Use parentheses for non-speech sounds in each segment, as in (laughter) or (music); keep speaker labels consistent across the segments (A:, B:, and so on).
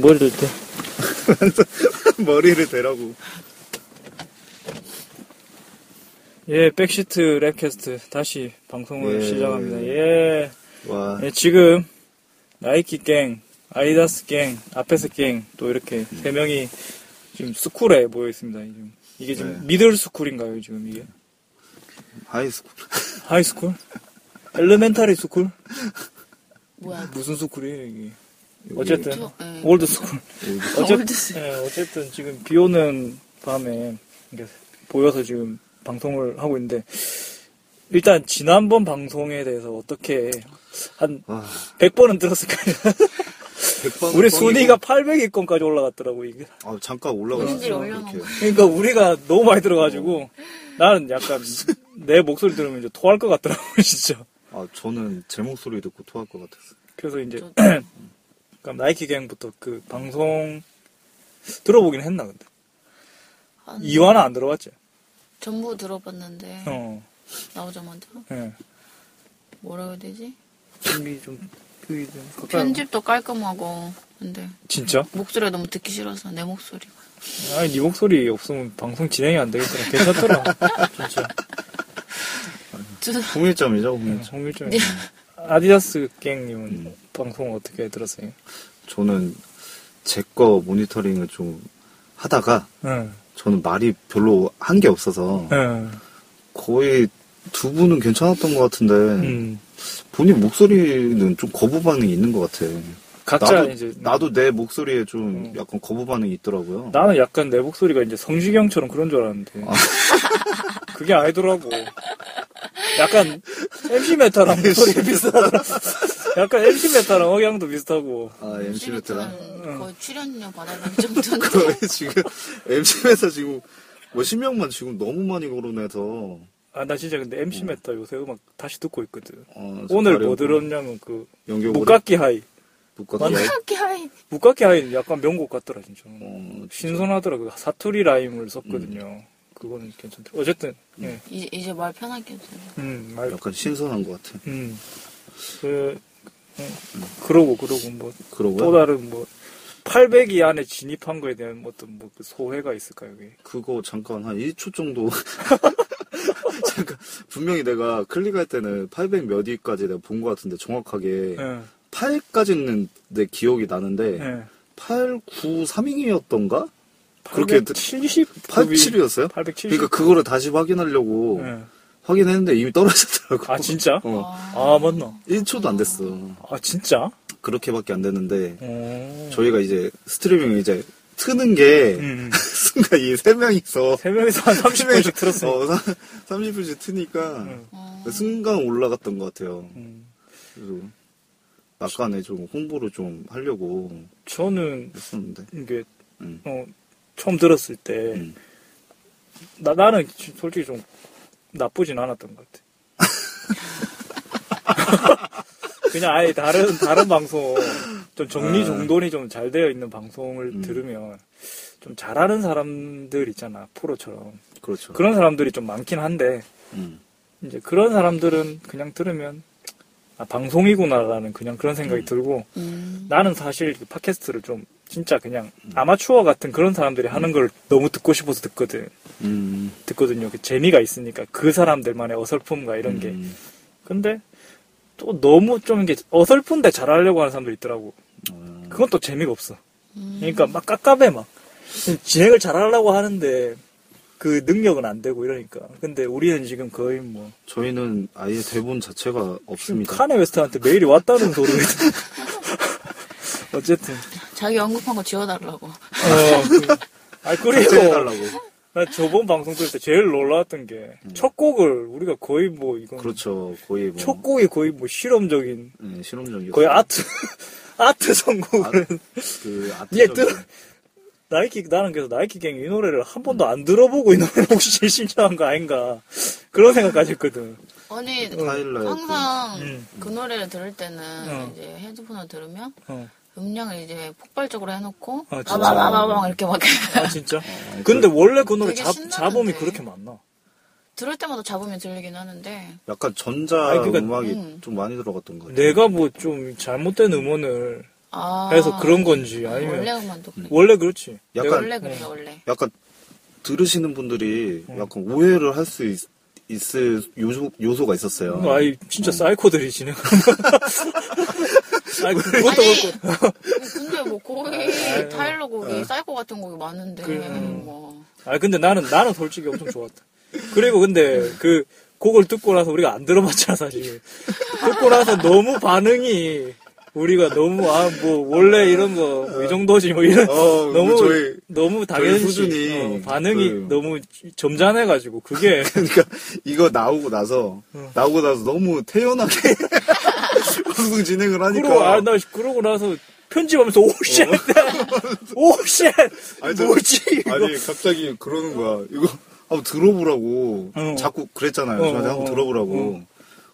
A: 머리를 대.
B: (laughs) 머리를 대라고.
A: 예, 백시트 랩캐스트 다시 방송을
B: 예.
A: 시작합니다. 예.
B: 와.
A: 예, 지금 나이키 갱, 아이다스 갱, 아페스 갱 또 이렇게 세 명이 지금 스쿨에 모여 있습니다. 지금. 이게 지금
B: 네.
A: 미들 스쿨인가요, 지금 이게?
B: 하이스쿨.
A: 하이스쿨? 엘레멘터리 스쿨?
C: 뭐야
A: 무슨 스쿨이에요, 이게? 어쨌든
C: 저, 예.
A: 올드 스쿨.
B: 여기
A: 어쨌든,
C: 올드스.
A: 예, 어쨌든 지금 비 오는 밤에 이게 보여서 지금 방송을 하고 있는데 일단 지난번 방송에 대해서 어떻게 한
B: 와.
A: 100번은 들었을까요?
B: 백반
A: 우리
B: 뻥이고.
A: 순위가 800위권까지 올라갔더라고 이게.
B: 아, 잠깐 올라갔어.
C: 왠지 올려놓은
B: 이렇게.
A: 그러니까 우리가 너무 많이 들어가지고 나는 약간 내 목소리 들으면 이제 토할 것 같더라고 (laughs) 진짜.
B: 아, 저는 제 목소리 듣고 토할 것 같았어.
A: 그래서 이제
C: 저-
A: (clears throat) 그럼 나이키 갱부터 그 방송 들어보긴 했나 근데
C: 한-
A: 이화는 안 들어봤지.
C: 전부 들어봤는데
A: 어.
C: 나오자마자
A: 예.
C: 뭐라고 해야 되지?
A: 준비 좀 준비 좀 가까이
C: 편집도 깔끔하고 근데
A: 와. 진짜?
C: 목소리가 너무 듣기 싫어서 내 목소리가
A: 아니 네 목소리 없으면 방송 진행이 안 되겠더라 괜찮더라 진짜
C: 저-
B: 홍일점이죠,
A: 응,
B: 홍일점.
A: 송일점 음, 아디다스 갱님은
B: 음.
A: 방송 어떻게 들었어요?
B: 저는 제 거 모니터링을 좀 하다가
A: 응.
B: 저는 말이 별로 한 게 없어서
A: 응.
B: 거의 두 분은 괜찮았던 것 같은데
A: 음.
B: 본인 목소리는 좀 거부 반응이 있는 것 같아.
A: 각자
B: 나도
A: 이제
B: 나도 내 목소리에 좀
A: 음.
B: 약간 거부 반응이 있더라고요.
A: 나는 약간 내 목소리가 이제 성시경처럼 그런 줄 알았는데
B: 아.
A: (laughs) 그게 아니더라고. 약간 MC
B: 아,
A: 메타랑 목소리가 비슷하더라. 약간 MC 메타랑 억양도 비슷하고.
B: 아 MC 베트랑.
A: 어.
C: 실제로는 거의 출연료 받아볼
A: (laughs)
C: 정도인데
B: 거의 지금 MC에서 지금 뭐 신명만 지금 너무 많이 거론해서
A: 아 나 진짜 근데 MC 메타 요새 음악 다시 듣고 있거든.
B: 어,
A: 오늘
B: 가려고
A: 뭐 들었냐면 그
B: 연결
A: 목각기 하이.
B: 못갔다
C: (laughs) 하이
A: 목각기 하이는 약간 명곡 같더라 진짜.
B: 어,
A: 신선하더라. 그 사투리 라임을 썼거든요.
B: 음.
A: 그거는 괜찮더라. 어쨌든 예.
C: 이제, 이제 말 편하게 해주세요
A: 음, 말
B: 약간 신선한 것 같아.
A: 음. 그, 음, 그러고, 그러고, 뭐,
B: 그러고
A: 또 다른 뭐, 800위 안에 진입한 거에 대한 어떤 뭐그 소회가 있을까요, 이게?
B: 그거 잠깐 한 1초 정도 (laughs) 잠깐 분명히 내가 클릭할 때는 800 몇 위까지 내가 본 것 같은데 정확하게
A: 예,
B: 8까지는 내 기억이 나는데
A: 예.
B: 8, 9, 3위였던가? 그렇게
A: 870?
B: 87이었어요?
A: 870?
B: 그러니까 그거를 다시 확인하려고
A: 예.
B: 확인했는데 이미 떨어졌더라고.
A: 아, 진짜?
B: 어.
A: 아, 맞나?
B: 1초도 안 됐어.
A: 아, 진짜?
B: 그렇게밖에 안 됐는데
A: 어.
B: 저희가 이제 스트리밍 이제 트는 게
A: 음.
B: (laughs) 순간 이 세 명이서
A: 세 명이서 한 30분씩 들었어.
B: 어, 30분씩 트니까
A: 음.
C: 어.
B: 순간 올라갔던 것 같아요.
A: 음.
B: 그래서 약간의 좀 홍보를 좀 하려고
A: 저는
B: 했었는데.
A: 이게,
B: 음.
A: 어, 처음 들었을 때,
B: 음.
A: 나, 나는 지- 솔직히 좀 나쁘진 않았던 것
B: (laughs)
A: 같아. 그냥 아예 다른, 다른 방송, 좀
B: 아.
A: 정리정돈이 좀 잘 되어 있는 방송을
B: 음.
A: 들으면 좀 잘하는 사람들 있잖아, 프로처럼.
B: 그렇죠.
A: 그런 사람들이 좀 많긴 한데,
B: 음.
A: 이제 그런 사람들은 그냥 들으면, 아, 방송이구나라는 그냥 그런 생각이 들고,
C: 음.
A: 나는 사실 그 팟캐스트를 좀 진짜 그냥
B: 음.
A: 아마추어 같은 그런 사람들이 하는 걸 너무 듣고 싶어서 듣거든.
B: 음.
A: 듣거든요. 그 재미가 있으니까 그 사람들만의 어설픔과 이런 게.
B: 음.
A: 근데 또 너무 좀 이게 어설픈데 잘하려고 하는 사람들이 있더라고.
B: 어,
A: 그건 또 재미가 없어.
C: 음.
A: 그러니까 막 깝깝해 막 진행을 잘하려고 하는데 그 능력은 안 되고 이러니까. 근데 우리는 지금 거의 뭐
B: 저희는 아예 대본 자체가
A: 지금
B: 없습니다.
A: 카네 웨스트한테
B: (laughs)
A: 메일이 왔다는 소리가 있- (laughs) 어쨌든
C: 자기 언급한 거 지워달라고
A: 어. 아 그리고
B: 해달라고.
A: 나 저번 방송 들을 때 제일 놀라웠던 게 첫 곡을 우리가 거의 뭐 이건
B: 음. 그렇죠. 거의 뭐
A: 첫 곡이 거의 뭐 실험적인
B: 네, 실험적이었어요.
A: 거의 아트 (laughs) 아트 선곡을
B: 그
A: 예,
B: 아트적인-
A: 뜨- (laughs) 나이키 나는 그래서 나이키 갱이 이 노래를 한 번도 안 들어보고 이 노래를 혹시 (laughs) 제일 신청한 거 아닌가 그런 생각까지 했거든
C: 아니
B: 타일러의
C: 항상
A: 음.
C: 그 노래를 들을 때는
A: 어.
C: 이제 헤드폰을 들으면
A: 어.
C: 음량을 이제 폭발적으로 해놓고
A: 아, 진짜?
C: 바바바바방 이렇게 막 (laughs)
A: 아 진짜? 근데 원래 그 노래
C: 되게
A: 잡,
C: 신나는데.
A: 잡음이 그렇게 많나?
C: 들을 때마다 잡으면 들리긴 하는데
B: 약간 전자
A: 아니, 그러니까-
B: 음악이
C: 음.
B: 좀 많이 들어갔던 것 같아요.
A: 내가 뭐 좀 잘못된 음원을
C: 아.
A: 해서 그런 음. 건지 아니면
C: 원래
A: 원래,
C: 음반도 그래.
A: 그렇지.
B: 약간-
A: 내가-
C: 원래 그래요, 원래.
B: 약간 들으시는 분들이
A: 음.
B: 약간 오해를 할 수 있을 요소, 요소가 있었어요.
A: 어, 아이 진짜 사이코들이
C: (laughs)
A: 진행하는 아니 그것도 그렇고 네.
C: 아니, 근데 뭐 거기 타일러 곡이 사이코 같은 곡이 많은데
A: 그-
C: 뭐.
A: 아 근데 나는 나는 솔직히 엄청 좋았다. 그리고 근데 그 곡을 듣고 나서 우리가 안 들어봤잖아 사실. 듣고 나서 너무 반응이 우리가 너무 아 뭐 원래 이런 거 이 정도지 뭐 이런
B: 어,
A: 너무
B: 저희-
A: 너무 당연시
B: 수준이
A: 어, 반응이
B: 그-
A: 너무 점잖해가지고
B: (laughs)
A: 그게
B: (laughs) 그러니까 이거 나오고 나서
A: 음.
B: 나오고 나서 너무 태연하게 (laughs) 방송 진행을 하니까
A: 그러고 아 나 그러고 나서 편집하면서 오쉣 오쉣
B: 어. (laughs) 아니, 저-
A: 뭐지 이거
B: 아니 갑자기 그러는 거야. 이거 한번 들어보라고
A: 어.
B: 자꾸 그랬잖아요.
A: 어,
B: 저한테
A: 어,
B: 한번
A: 어.
B: 들어보라고.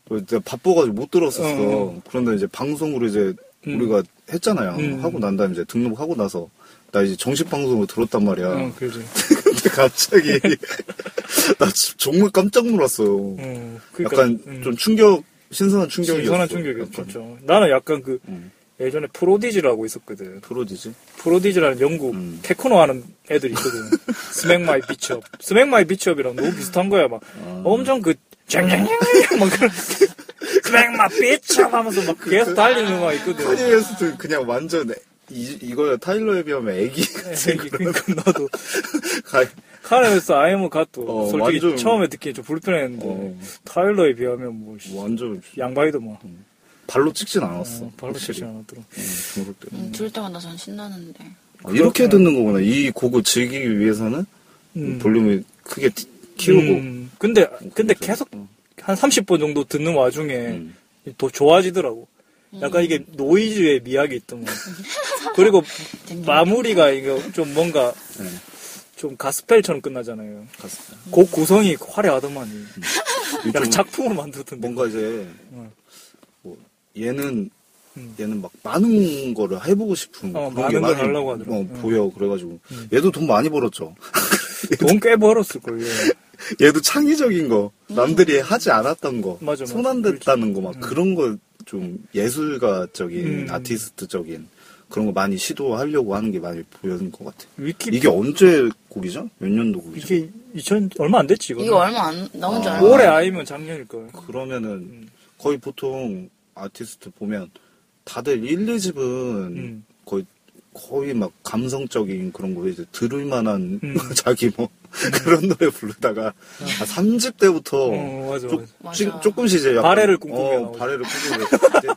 B: 그래서 내가 바빠가지고 못 들었었어.
A: 어,
B: 그런데 이제 방송으로 이제
A: 음.
B: 우리가 했잖아요.
A: 음.
B: 하고 난 다음에 이제 등록하고 나서 나 이제 정식 방송으로 들었단 말이야.
A: 응 어, 그지
B: (laughs) 근데 갑자기 (laughs) 나 지- 정말 깜짝 놀랐어.
A: 응 그러니까
B: 약간
A: 음.
B: 좀 충격, 신선한 충격이었어.
A: 신선한 충격이었죠. 나는 약간 그
B: 음.
A: 예전에 프로디지라고 있었거든.
B: 프로디지?
A: 프로디지라는 영국
B: 음.
A: 테크노 하는 애들이 있거든.
B: (laughs)
A: 스맥 마이 비치업. 스맥 마이 비치업이랑 너무 비슷한 거야. 막
B: 아.
A: 엄청 그 쨍쨍쨍 (laughs) 막 그런 스맥 마이 비치업 하면서
B: 그
A: 막 계속 달리는 음악 있거든.
B: 카니웨스트 그냥 완전 애- 이, 이거야 타일러에 비하면 애기 (laughs) 같은
A: 그러니까 나도
B: 가-
A: 카네에서 아이엠 가도
B: 어,
A: 솔직히
B: 완전-
A: 처음에 듣기 좀 불편했는데
B: 어.
A: 타일러에 비하면 뭐 씨,
B: 완전
A: 양바이도 뭐
B: 발로 찍진 않았어.
A: 어, 발로
B: 확실히.
A: 치지 않았더라.
B: 음, 그럴 때.
C: 음, 들을 때마다 전 신나는데.
B: 아, 이렇게 듣는 거구나. 이 곡을 즐기기 위해서는
A: 음.
B: 볼륨을 크게 티- 키우고.
A: 음, 근데 근데 계속
B: 음.
A: 한 30분 정도 듣는 와중에
B: 음.
A: 더 좋아지더라고.
C: 음.
A: 약간 이게 노이즈의 미학이 있더만.
C: (laughs)
A: 그리고 마무리가 이거 좀 뭔가
B: 네,
A: 좀 가스펠처럼 끝나잖아요.
B: 갔어요.
A: 곡 구성이 화려하더만.
B: 이쪽은
A: 음. 약간 작품을 만들던데.
B: 음. 뭔가 이제
A: 음.
B: 뭐 얘는
A: 음.
B: 얘는 막 많은 거를 해보고 싶은
A: 어,
B: 그런 게
A: 많은 걸 하려고
B: 어,
A: 하더라고. 음.
B: 보여 그래가지고 얘도 돈 많이 벌었죠. (laughs)
A: 돈 꽤 벌었을걸. 예.
B: 얘도 창의적인 거 남들이 하지 않았던 거
A: 음. 맞아, 맞아.
B: 손 안 댔다는 거 막 그런 거 좀 예술가적인
A: 음.
B: 아티스트적인 그런 거 많이 시도하려고 하는 게 많이 보이는 것 같아.
A: 위키
B: 이게 언제 곡이죠? 몇 년도 곡이죠?
A: 이게 2000 얼마 안 됐지 이거.
C: 이거 얼마 안 나온 줄
B: 아.
C: 알고.
A: 올해 아니면 작년일 걸.
B: 그러면은
A: 음.
B: 거의 보통 아티스트 보면 다들 1, 2집은
A: 음.
B: 거의 거의 막 감성적인 그런 거 이제 들을 만한
A: 음.
B: (laughs) 자기 뭐 그런 노래 부르다가 아, 3집 때부터
A: 어, 맞아,
B: 조,
A: 맞아.
C: 맞아.
B: 지- 조금씩 이제 약간-
A: 발해를 꿈꾸며
B: 어,
A: 나오죠. (laughs)
B: 발해를 꿈꾸며 이제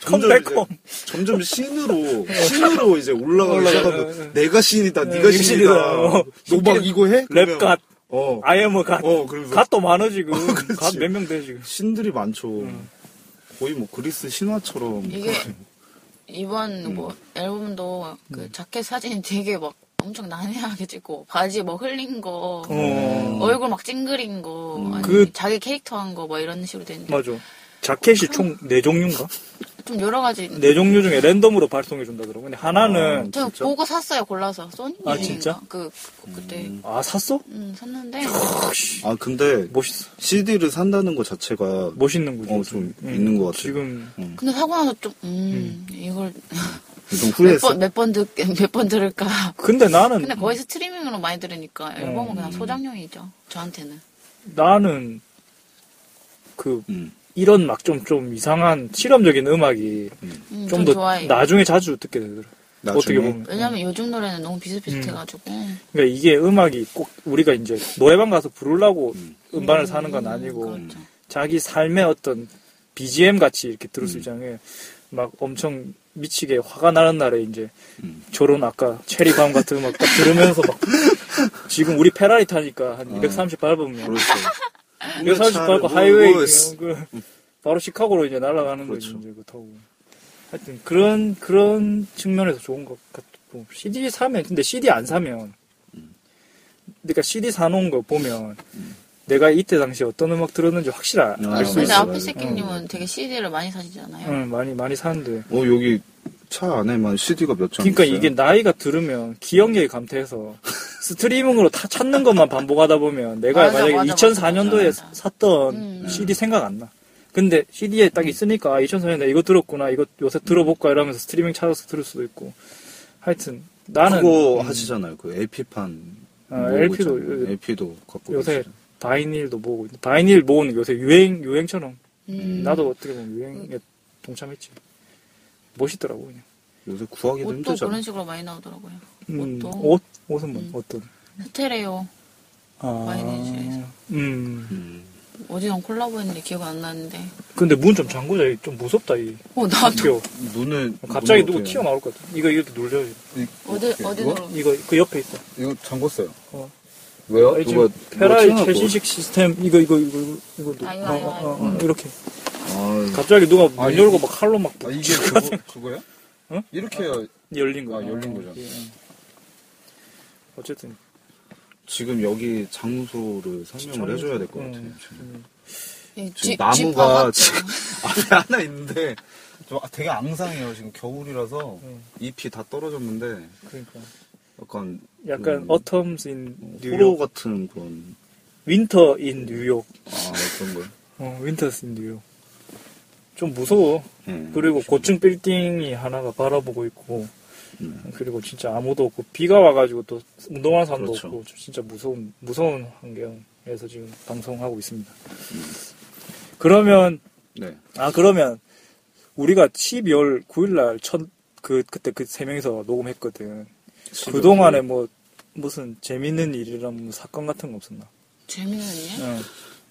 B: 점점 이제
A: 컴백홈. 어.
B: 점점
A: (laughs)
B: 신으로 신으로 이제 올라가기
A: 올라가, 어,
B: 시작하면
A: 어.
B: 내가 신이다
A: 어,
B: 네가 신이다
A: 어.
B: 너 막 이거 해? 그러면
A: 랩갓,
B: 어,
A: 아이엠어 갓.
B: 어 그러면서 어,
A: 갓도 많아 지금.
B: 그렇지.
A: 갓 몇 명 돼 지금.
B: 신들이 많죠.
A: 음.
B: 거의 뭐 그리스 신화처럼.
C: 이게 이번
A: 음.
C: 뭐 앨범도 그 자켓 사진이 되게 막 엄청 난해하게 찍고 바지 뭐 흘린 거
A: 어.
C: 얼굴 막 찡그린 거 아니
A: 그-
C: 자기 캐릭터 한 거 뭐 이런 식으로 되는데
A: 맞아. 자켓이 총 네 종류인가?
C: 좀 여러 가지
A: 네 종류 중에 랜덤으로 발송해 준다더라고. 근데 하나는
C: 저
B: 진짜?
C: 보고 샀어요 골라서 소니인가
A: 아, 진짜?
C: 그 그- 그때 음.
A: 아 샀어?
C: 샀는데
B: 아 근데
A: 멋있어.
B: CD를 산다는 것 자체가
A: 멋있는 거지.
B: 어, 좀 있는 것 같아.
A: 지금
C: 근데 사고 나서 좀 음, 이걸
B: 좀
C: 몇
B: 후회했어.
C: 번 몇 번 듣 (laughs) 몇 번 들을까
A: 근데 나는
C: 근데 뭐- 거의 스트리밍으로 많이 들으니까 앨범은 그냥 소장용이죠 저한테는
A: 나는 그
C: 네.
B: 음.
A: 이런 막 좀 좀 이상한 실험적인 음악이
C: 음,
A: 좀 더
C: 좋아해요.
A: 나중에 자주 듣게 되더라.
B: 나중에?
A: 어떻게 보면.
C: 왜냐면 요즘 노래는 너무 비슷비슷해가지고
A: 그러니까 이게 음악이 꼭 우리가 이제 노래방 가서 부르려고
B: 음.
A: 음. 반을 사는 건 아니고
C: 그렇죠.
A: 자기 삶의 어떤 BGM 같이 이렇게 들을
B: 음.
A: 수 있잖아요. 막 엄청 미치게 화가 나는 날에 이제
B: 음.
A: 저런 아까 체리밤 같은 음악 딱 들으면서 막 지금 우리 페라리 타니까 한 230 밟으면
B: 어.
A: (laughs)
B: 그렇죠. 뭐,
A: 230 밟고 그 하이웨이 그냥 그 바로 시카고로 이제 날아가는 거죠
B: 음. 그렇죠.
A: 이제 그 타고 하여튼 그런 그런 측면에서 좋은 것 같고 CD 사면 근데 CD 안 사면
B: 음.
A: 그러니까 CD 사놓은 거 보면 내가 이때 당시 어떤 음악 들었는지 확실히
B: 아,
A: 알 수
C: 근데
A: 있어.
B: 맞아.
A: 음.
B: 음.
A: 요
C: 아프새끼님은 되게 CD를 많이 사시잖아요.
A: 응, 많이 많이 사는데.
B: 어 여기 차 안에만 CD가 몇 장.
A: 그러니까
B: 있어요.
A: 이게 나이가 들으면 기억력이 감퇴해서 스트리밍으로 다 찾는 것만 반복하다 보면 내가
C: 맞아,
A: 만약에
C: 맞아,
A: 2004년도에
C: 맞아, 맞아.
A: 샀던
C: 음.
A: CD 생각 안 나. 근데 CD에 딱 있으니까 아, 2004년에 이거 들었구나 이거 요새 들어볼까 이러면서 스트리밍 찾아서 들을 수도 있고 하여튼 나는
B: 그거 뭐
A: 음,
B: 하시잖아요. 그 LP판.
A: 아, LP도 요-
B: LP도 갖고
A: 요새
B: 계시죠.
A: 바이닐도 모으고 있는데 바이닐 모으는 게 요새 유행 유행처럼
C: 음.
A: 나도 어떻게 보면 유행에 동참했지 멋있더라고 그냥
B: 요새 구하기도
C: 옷도
B: 힘들잖아.
C: 그런 식으로 많이 나오더라고요.
A: 음,
C: 옷도?
A: 옷 옷은 뭐
C: 음.
A: 어떤
C: 스테레오
A: 아,
C: 바이닐에서.
A: 음
B: 음.
C: 어디랑 콜라보했는데 기억 안 나는데.
A: 근데 문 좀 잠그자 이좀 무섭다 이
C: 어 나도
A: 학교
B: 눈을
A: 갑자기
B: 눈을
A: 누구
B: 어떻게-
A: 튀어나올 것 같아 이거 이렇게 눌려
D: 이-
C: 어디
D: 이거?
C: 어디로
A: 이거 그 옆에 있어
D: 이거 잠궜어요.
A: 어.
D: 왜요?
A: 아니,
D: 누가
A: 지금 페라리
D: 튀어나올
A: 최신식 시스템 이거 이거 이거 이거 이거
C: 아, 이거,
A: 어,
C: 이거,
A: 어,
C: 이거.
A: 어, 어, 이렇게
D: 아,
A: 갑자기 누가 문
D: 아, 이거-
A: 열고 막 칼로 막
D: 아,
A: (laughs)
D: 이게 그거, 그거야?
A: 응?
D: 이렇게 해야
A: 열린 거야
D: 아, 열린 거죠.
A: 예, 예. 어쨌든
B: 지금 여기 장소를 설명을 해줘야 될 것
A: 음.
B: 같아요. 지금.
C: 이
B: 지금
C: 예, 지-
B: 나무가
C: 지퍼 같죠?
B: 지금 (laughs)
D: 앞에 하나 있는데 저
B: 아,
D: 되게 앙상해요. 지금 겨울이라서
A: 음.
B: 잎이 다 떨어졌는데
A: 그러니까
B: 약간
A: 약간
B: 음.
A: autumns in
B: 호로
A: 뉴욕
B: 같은 그런
A: winter in 뉴욕
B: 아 그런 거.
A: 어 winters in 뉴욕 좀 무서워
B: 예.
A: 그리고 고층 빌딩이 하나가 바라보고 있고
B: 네.
A: 그리고 진짜 아무도 없고 비가 와가지고 또 운동하는 사람도
B: 그렇죠.
A: 없고 진짜 무서운 무서운 환경에서 지금 방송하고 있습니다.
B: 음.
A: 그러면
B: 네.
A: 아 그러면 우리가 12월 9일날 첫 그 그때 그 세 명이서 녹음했거든. 그 동안에 뭐 무슨 재밌는 일이랑 뭐 사건 같은 거 없었나?
C: 재밌는 일?
A: 응.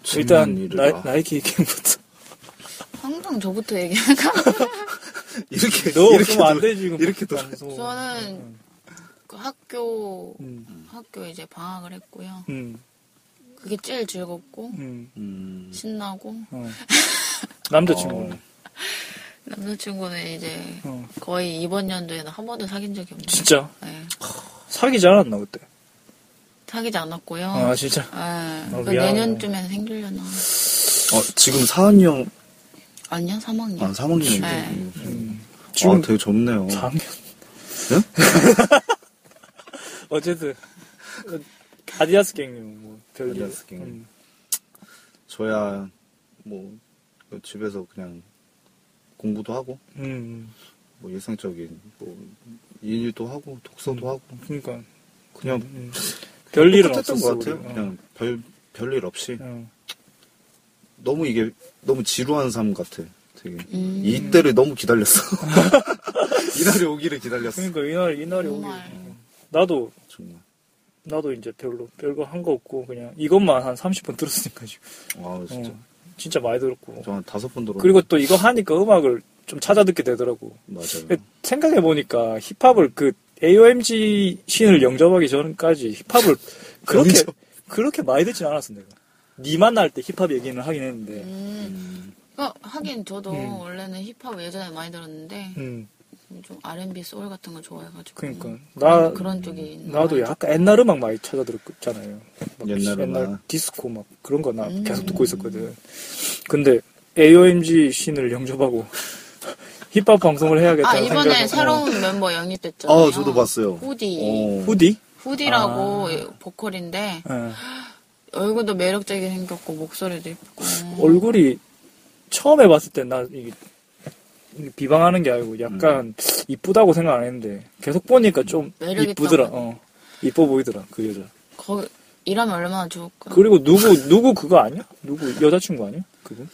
B: 재밌는
A: 일단
B: 일을 봐.
A: 나, 이키 얘기부터.
C: 항상 저부터 얘기하니까
B: (laughs) 이렇게
A: 너
B: 이렇게
A: 없으면 안
B: 놀-
A: 돼 지금.
B: 이렇게 놀-
A: 방송.
C: 저는 그 학교
A: 음,
C: 학교 이제 방학을 했고요.
A: 음,
C: 그게 제일 즐겁고
A: 음,
B: 음.
C: 신나고
A: 어. 남자친구.
B: 어.
C: 남자친구는 이제
A: 어.
C: 거의 이번 연도에는 한 번도 사귄 적이 없네요.
A: 진짜
C: 네.
A: 사귀지 않았나 그때?
C: 사귀지 않았고요.
A: 아 진짜.
C: 아,
A: 어,
C: 그
A: 미안해.
C: 내년쯤엔 생기려나.
B: 어, 지금 4학년
C: 아니야, 3학년.
B: 아 3학년인데.
C: 네.
A: 지금
B: 아 되게 젊네요.
A: 4학년.
B: 응?
A: (laughs) 어쨌든 어, 아디다스 갱님 뭐 별일.
B: 아디다스 갱. 저야 뭐 집에서 그냥 공부도 하고
A: 음, 음,
B: 뭐 일상적인 뭐 일도 하고 독서도 하고
A: 그러니까
B: 그냥
A: 음. 별일은
B: 똑같았던
A: 없었어.
B: 것 같아요.
A: 우리.
B: 그냥 별 별일 없이
A: 어,
B: 너무 이게 너무 지루한 삶 같아. 되게
C: 음,
B: 이때를 너무 기다렸어. (laughs) 이날이 오기를 기다렸어.
A: 그러니까 이날 이날이 오기.
C: 정말.
A: 나도
B: 정말.
A: 나도 이제 별로 별거 한 거 없고 그냥 이것만 한 30분 들었으니까 지금.
B: 아 진짜.
A: 어, 진짜 많이 들었고.
B: 저 한 다섯 번 들어.
A: 그리고 또 이거 하니까 음악을 좀 찾아 듣게 되더라고.
B: 맞아요.
A: 그 생각해 보니까 힙합을 그 AOMG 신을 영접하기 전까지
B: (laughs)
A: 힙합을 그렇게
B: 영접.
A: 그렇게 많이 듣진 않았어 내가. 니 만날 때 힙합 얘기는 하긴 했는데.
C: 음.
B: 음,
C: 어, 하긴 저도
A: 음.
C: 원래는 힙합 예전에 많이 들었는데
A: 음,
C: 좀 R&B 소울 같은 걸 좋아해가지고
A: 그러니까
B: 음.
A: 나
C: 그런 쪽이
A: 나도 약간 옛날 음악 많이 찾아 들었잖아요. 막
B: 옛날 음악.
A: 디스코 막 그런 거 나
C: 음.
A: 계속 듣고 있었거든. 근데 AOMG 신을 영접하고 (laughs) 힙합 방송을 해야겠다.
C: 아
A: 생각하고.
C: 이번에 새로운 멤버 영입됐잖아요.
B: 아 저도 봤어요.
C: 후디
B: 어.
A: 후디?
C: 후디라고
A: 아.
C: 보컬인데
A: 어.
C: 얼굴도 매력적이게 생겼고 목소리도 예쁘고
A: 얼굴이 처음에 봤을 때 나 이게 비방하는 게 아니고 약간 이쁘다고 생각 안 했는데 계속 보니까 좀
C: 매력
A: 이쁘더라.
C: 있다고.
A: 어. 이뻐 보이더라 그 여자.
C: 거기 일하면 얼마나 좋을까. 그,
A: 그리고 누구 누구 그거 아니야? 누구 여자친구 아니야? 그분?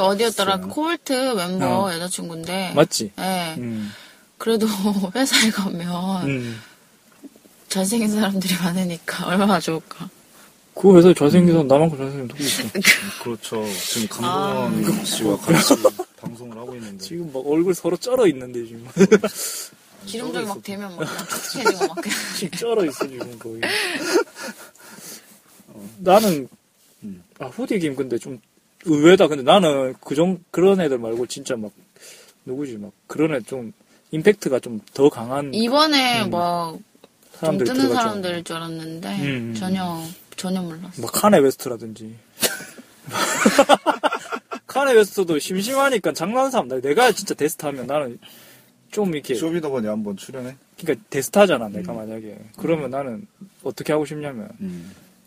C: 어디였더라 코볼트 멤버
A: 어.
C: 여자친구인데.
A: 맞지?
C: 예.
A: 음.
C: 그래도 (laughs) 회사에 가면
A: 음.
C: 잘생긴 사람들이 많으니까 (laughs) 얼마나 좋을까.
A: 그 회사에 잘생긴 사람 나만큼 잘생긴 누구 있어?
C: (laughs)
B: 그렇죠. 지금 강동원 씨와 아. 같이 방송을 하고 있는데.
A: 지금 막 얼굴 서로 쩔어 있는데 지금
C: 기름종이 막 되면 막 촉촉해지고 막.
A: 지금 쩔어 있어 지금 거의. 어, 나는
B: 음.
A: 아 후디 김 근데 좀 의외다. 근데 나는 그정 그런 애들 말고 진짜 막 누구지 막 그런 애 좀 임팩트가 좀 더 강한
C: 이번에
A: (laughs) 음.
C: 막 좀
A: 사람들
C: 뜨는
A: 들어가죠.
C: 사람들일 줄 알았는데
A: 음, 음.
C: 전혀 전혀 몰랐어.
A: 뭐 카네 웨스트라든지. (laughs) 카네 웨스트도 심심하니까 장난하는 사람 나 내가 진짜 데스타 하면 나는 좀 이렇게
B: 쇼미더머니 한번 출연해. 음.
A: 그러니까 데스타잖아 내가 만약에 그러면 나는 어떻게 하고 싶냐면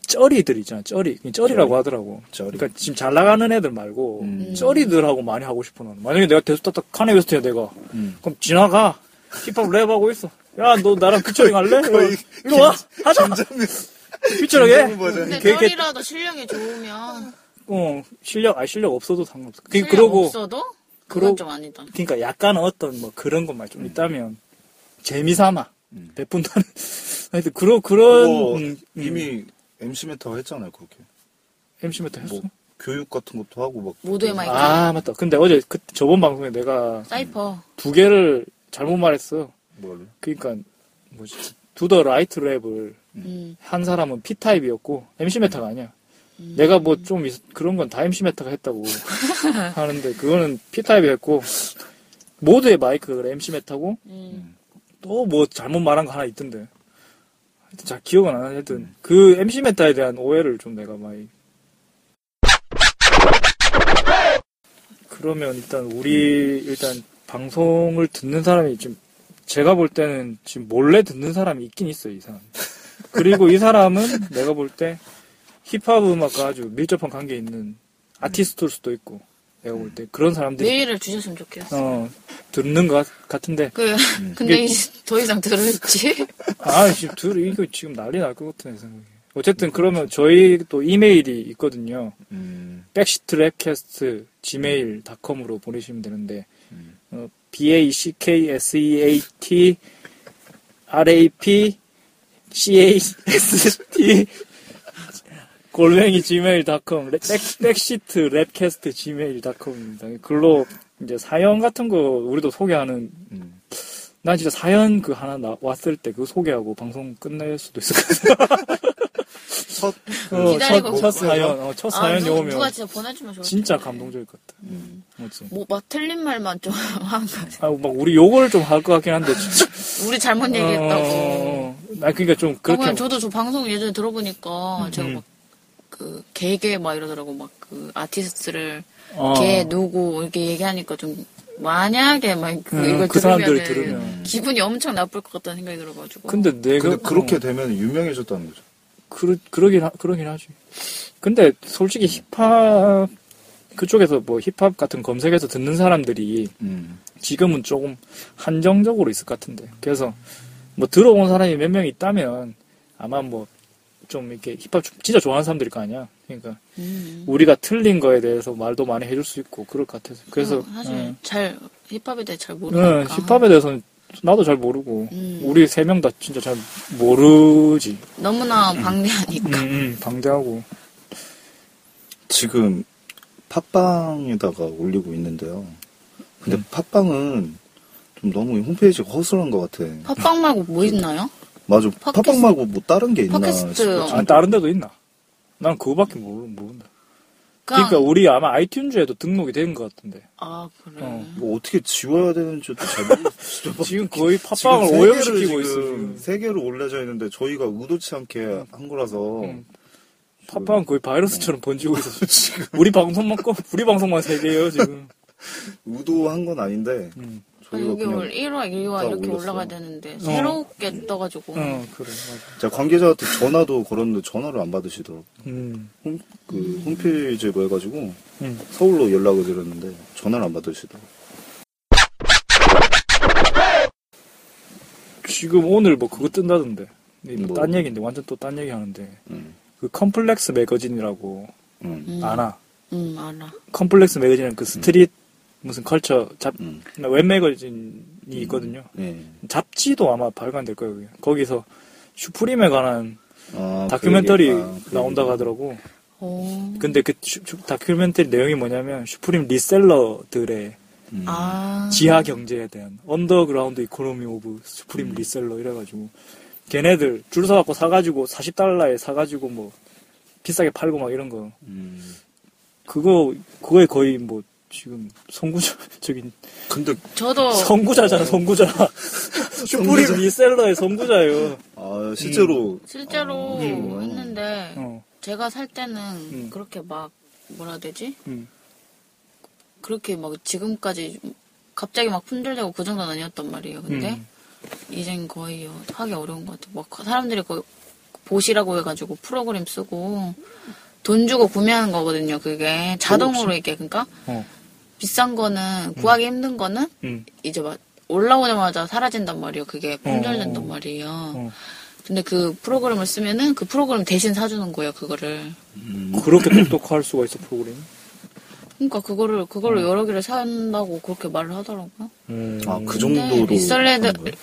A: 쩌리들 있잖아. 쩌리. 그냥 쩌리라고 하더라고.
B: 쩌리.
A: 그러니까 지금 잘 나가는 애들 말고
B: 음.
A: 쩌리들하고 많이 하고 싶어 나는. 만약에 내가 대수타타 칸에 웨스트야 내가.
B: 음.
A: 그럼 지나가. 힙합 랩 하고 있어. 야, 너 나랑 피처링 할래?
B: 거의
A: 이리 와. 하자. 피처링
B: 뭐.
A: 해.
B: 음.
C: 근데
A: 걔- 걔-
C: 쩔이라도 실력이 좋으면
A: 어, 실력, 아 실력 없어도 상관없어. 그,
C: 실력
A: 그러고
C: 없어도
A: 그러-
C: 그건 좀 아니다.
A: 그러니까 약간 어떤 뭐 그런 것만 좀 있다면 재미 삼아 베푼다는 (laughs) 하여튼 그런 그런
B: 뭐
D: 그거
A: 음, 음.
D: 이미 MC 메타가 했잖아요 그렇게
A: MC 메타 했어?
D: 뭐 교육 같은 것도 하고 막
C: 모두의 마이크
A: 아 맞다. 근데 어제 그 저번 방송에 내가
C: 사이퍼
A: 두 개를 잘못 말했어.
D: 뭐래
A: 그러니까 뭐지? 두더 라이트 랩을
C: 음.
A: 한 사람은 P 타입이었고 MC 메타가 아니야. 내가 뭐 좀 그런 건 다 MC 메타가 했다고 하는데 그거는 P 타입이었고 모두의 마이크를 MC 메타고
C: 음.
A: 또 뭐 잘못 말한 거 하나 있던데. 하여튼 잘 기억은 안 나네. 하여튼 그 MC 메타에 대한 오해를 좀 내가 많이. 그러면 일단 우리 일단 방송을 듣는 사람이 지금 제가 볼 때는 지금 몰래 듣는 사람이 있긴 있어요 이 사람. 그리고 이 사람은 내가 볼 때 힙합 음악과 아주 밀접한 관계 있는 아티스트일 수도 있고 내가 볼 때 그런 사람들이
C: 메일을 주셨으면 좋겠어.
A: 어 음. 듣는 것 같- 같은데
C: 그 (laughs) 근데 이제 더 이상 들을지
A: 아, 지금 둘, 이거 지금 난리 날 것 같은 생각이. 어쨌든 그러면 저희 또 이메일이 있거든요.
B: 음.
A: 백시트랩캐스트 gmail.com으로 보내시면 되는데
B: 음.
A: 어, b a c k s e a t r a p c a s t 골뱅이 gmail.com 백시트 랩캐스트 gmail닷컴입니다. 글로 이제 사연 같은 거 우리도 소개하는
B: 음.
A: 난 진짜 사연 그 하나 나, 왔을 때 그거 소개하고 방송 끝낼 수도 있을 것 같아.
D: 첫
A: 어,
C: 그 기다리고
A: 첫, 첫
C: 있고요.
A: 사연, 어, 첫
C: 아,
A: 사연이
C: 누가,
A: 오면
C: 누가 진짜 보내주면 좋을
A: 진짜
C: 텐데.
A: 감동적일 것 같아.
B: 음.
A: 뭐지?
C: 뭐, 막 틀린 말만 좀 (laughs) 하는 거 같아.
A: 아, 막 우리 욕을 좀 할 것 같긴
C: (laughs)
A: 한데 진짜.
C: 우리 잘못 얘기했다고.
A: 어, 나 그러니까 좀
C: 그러면
A: 그렇게 음.
C: 저도 저 방송 예전에 들어보니까 제가 막, 그, 개개 막 이러더라고. 막, 그, 아티스트를,
A: 어,
C: 개, 누구, 이렇게 얘기하니까 좀, 만약에 막, 그,
A: 음,
C: 이걸
A: 그 사람들을
C: 들으면은
A: 들으면.
C: 기분이 엄청 나쁠 것 같다는 생각이 들어가지고.
A: 근데 내가
D: 근데
B: 음.
D: 그렇게
A: 어,
D: 되면 유명해졌다는 거죠
A: 그러, 그러긴 하, 그러긴 하지. 근데 솔직히 힙합 그쪽에서 뭐 힙합 같은 검색에서 듣는 사람들이
B: 음.
A: 지금은 조금 한정적으로 있을 것 같은데. 그래서 뭐 들어온 사람이 몇 명 있다면 아마 뭐 좀 이렇게 힙합 좀 진짜 좋아하는 사람들일 거 아니야. 그러니까
C: 음.
A: 우리가 틀린 거에 대해서 말도 많이 해줄 수 있고 그럴 것 같아서. 그래서
C: 음, 사실
A: 응.
C: 잘, 힙합에 대해 잘
A: 응,
C: 모르니까.
A: 힙합에 대해서는 나도 잘 모르고
C: 그러니까. 음.
A: 우리 세 명 다 진짜 잘 모르지.
C: 너무나 방대하니까.
A: 음, 음, 방대하고.
B: 지금 팟빵에다가 올리고 있는데요. 근데 팟빵은 좀 너무 홈페이지가 허술한 것 같아.
C: 팟빵 말고 뭐 있나요?
B: 맞아.
C: 팟캐스트-
B: 팟빵 말고 뭐 다른 게 있나
C: 팟캐스트.
B: 싶어.
A: 아, 다른 데도 있나? 난 그거밖에 모르, 모른다. 그러니까 우리 아마 아이튠즈에도 등록이 된 것 같은데. (laughs)
C: 아, 그래.
A: 어.
B: 뭐 어떻게 지워야 되는지도 잘 모르겠어요.
A: 지금 거의 팟빵을 오염시키고 있어. 지금.
D: 세 개로 올려져 있는데 저희가 의도치 않게 한 거라서
A: 음.
B: 그
A: 팟빵 거의 바이러스처럼 번지고 있어서 지금 우리 방송만 꺼 우리 방송만 세 개예요 지금.
D: 의도한 건 아닌데
A: 음.
C: 아,
D: 저희가
C: 여기
D: 그냥
C: 올 1화, 2화
D: 다
C: 이렇게
D: 올렸어.
C: 올라가야 되는데 새롭게 떠가지고
A: 어 그래 맞아.
B: 제가 관계자한테 전화도 걸었는데 전화를 안 받으시더라고.
A: 음.
B: 홈, 그 홈페이지로 해가지고
A: 음.
B: 서울로 연락을 드렸는데 전화를 안 받으시더라고.
A: 지금 오늘 뭐 그거 뜬다던데. 이뭐
B: 뭐?
A: 딴 얘기인데 완전 또 딴 얘기 하는데
B: 음.
A: 그 컴플렉스 매거진이라고
B: 음.
C: 음,
A: 알아.
C: 음, 알아.
A: 컴플렉스 매거진은 그 스트릿 무슨 컬처 잡
B: 음.
A: 웹매거진이 있거든요.
B: 네.
A: 잡지도 아마 발간될 거예요. 그게. 거기서 슈프림에 관한
B: 아, 그
A: 다큐멘터리
B: 얘기. 아, 그
A: 나온다고
B: 얘기.
A: 하더라고.
C: 오.
A: 근데 그 슈- 슈- 다큐멘터리 내용이 뭐냐면 슈프림 리셀러들의
B: 음.
C: 아.
A: 지하 경제에 대한 언더그라운드 이코노미 오브
C: 음.
A: 슈프림 리셀러 이래가지고 걔네들 줄 서갖고 사가지고 40달러에 사가지고 뭐 비싸게 팔고 막 이런 거
B: 음.
A: 그거 그거에 거의 뭐 지금 선구자적인
D: 근데
C: 저도
A: 선구자잖아 선구자 슈프림 리셀러의 선구자예요.
B: 아 실제로
C: 실제로
B: 어, 음.
C: 했는데
A: 어,
C: 제가 살 때는
A: 음.
C: 그렇게 막 뭐라 해야 되지?
A: 음.
C: 그렇게 막 지금까지 갑자기 막 품절되고 그 정도는 아니었단 말이에요. 근데
A: 음.
C: 이젠 거의 하기 어려운 것 같아요. 막 사람들이 거의 보시라고 해가지고 프로그램 쓰고 돈 주고 구매하는 거거든요. 그게 자동으로 이게 그러니까
A: 어.
C: 비싼 거는 구하기 힘든 거는
A: 음.
C: 이제 막 올라오자마자 사라진단 말이에요. 그게
A: 어.
C: 품절된단 말이에요.
A: 어.
C: 근데 그 프로그램을 쓰면은 그 프로그램 대신 사주는 거예요. 그거를. 음.
B: 음.
A: 그렇게 똑똑할 수가 있어 프로그램.
C: 그러니까 그거를
A: 어.
C: 그걸로 여러 개를 산다고 그렇게 말을 하더라고요.
A: 음.
B: 아, 그
C: 근데
B: 정도로.
C: 리셀레드
B: 하는 거예요?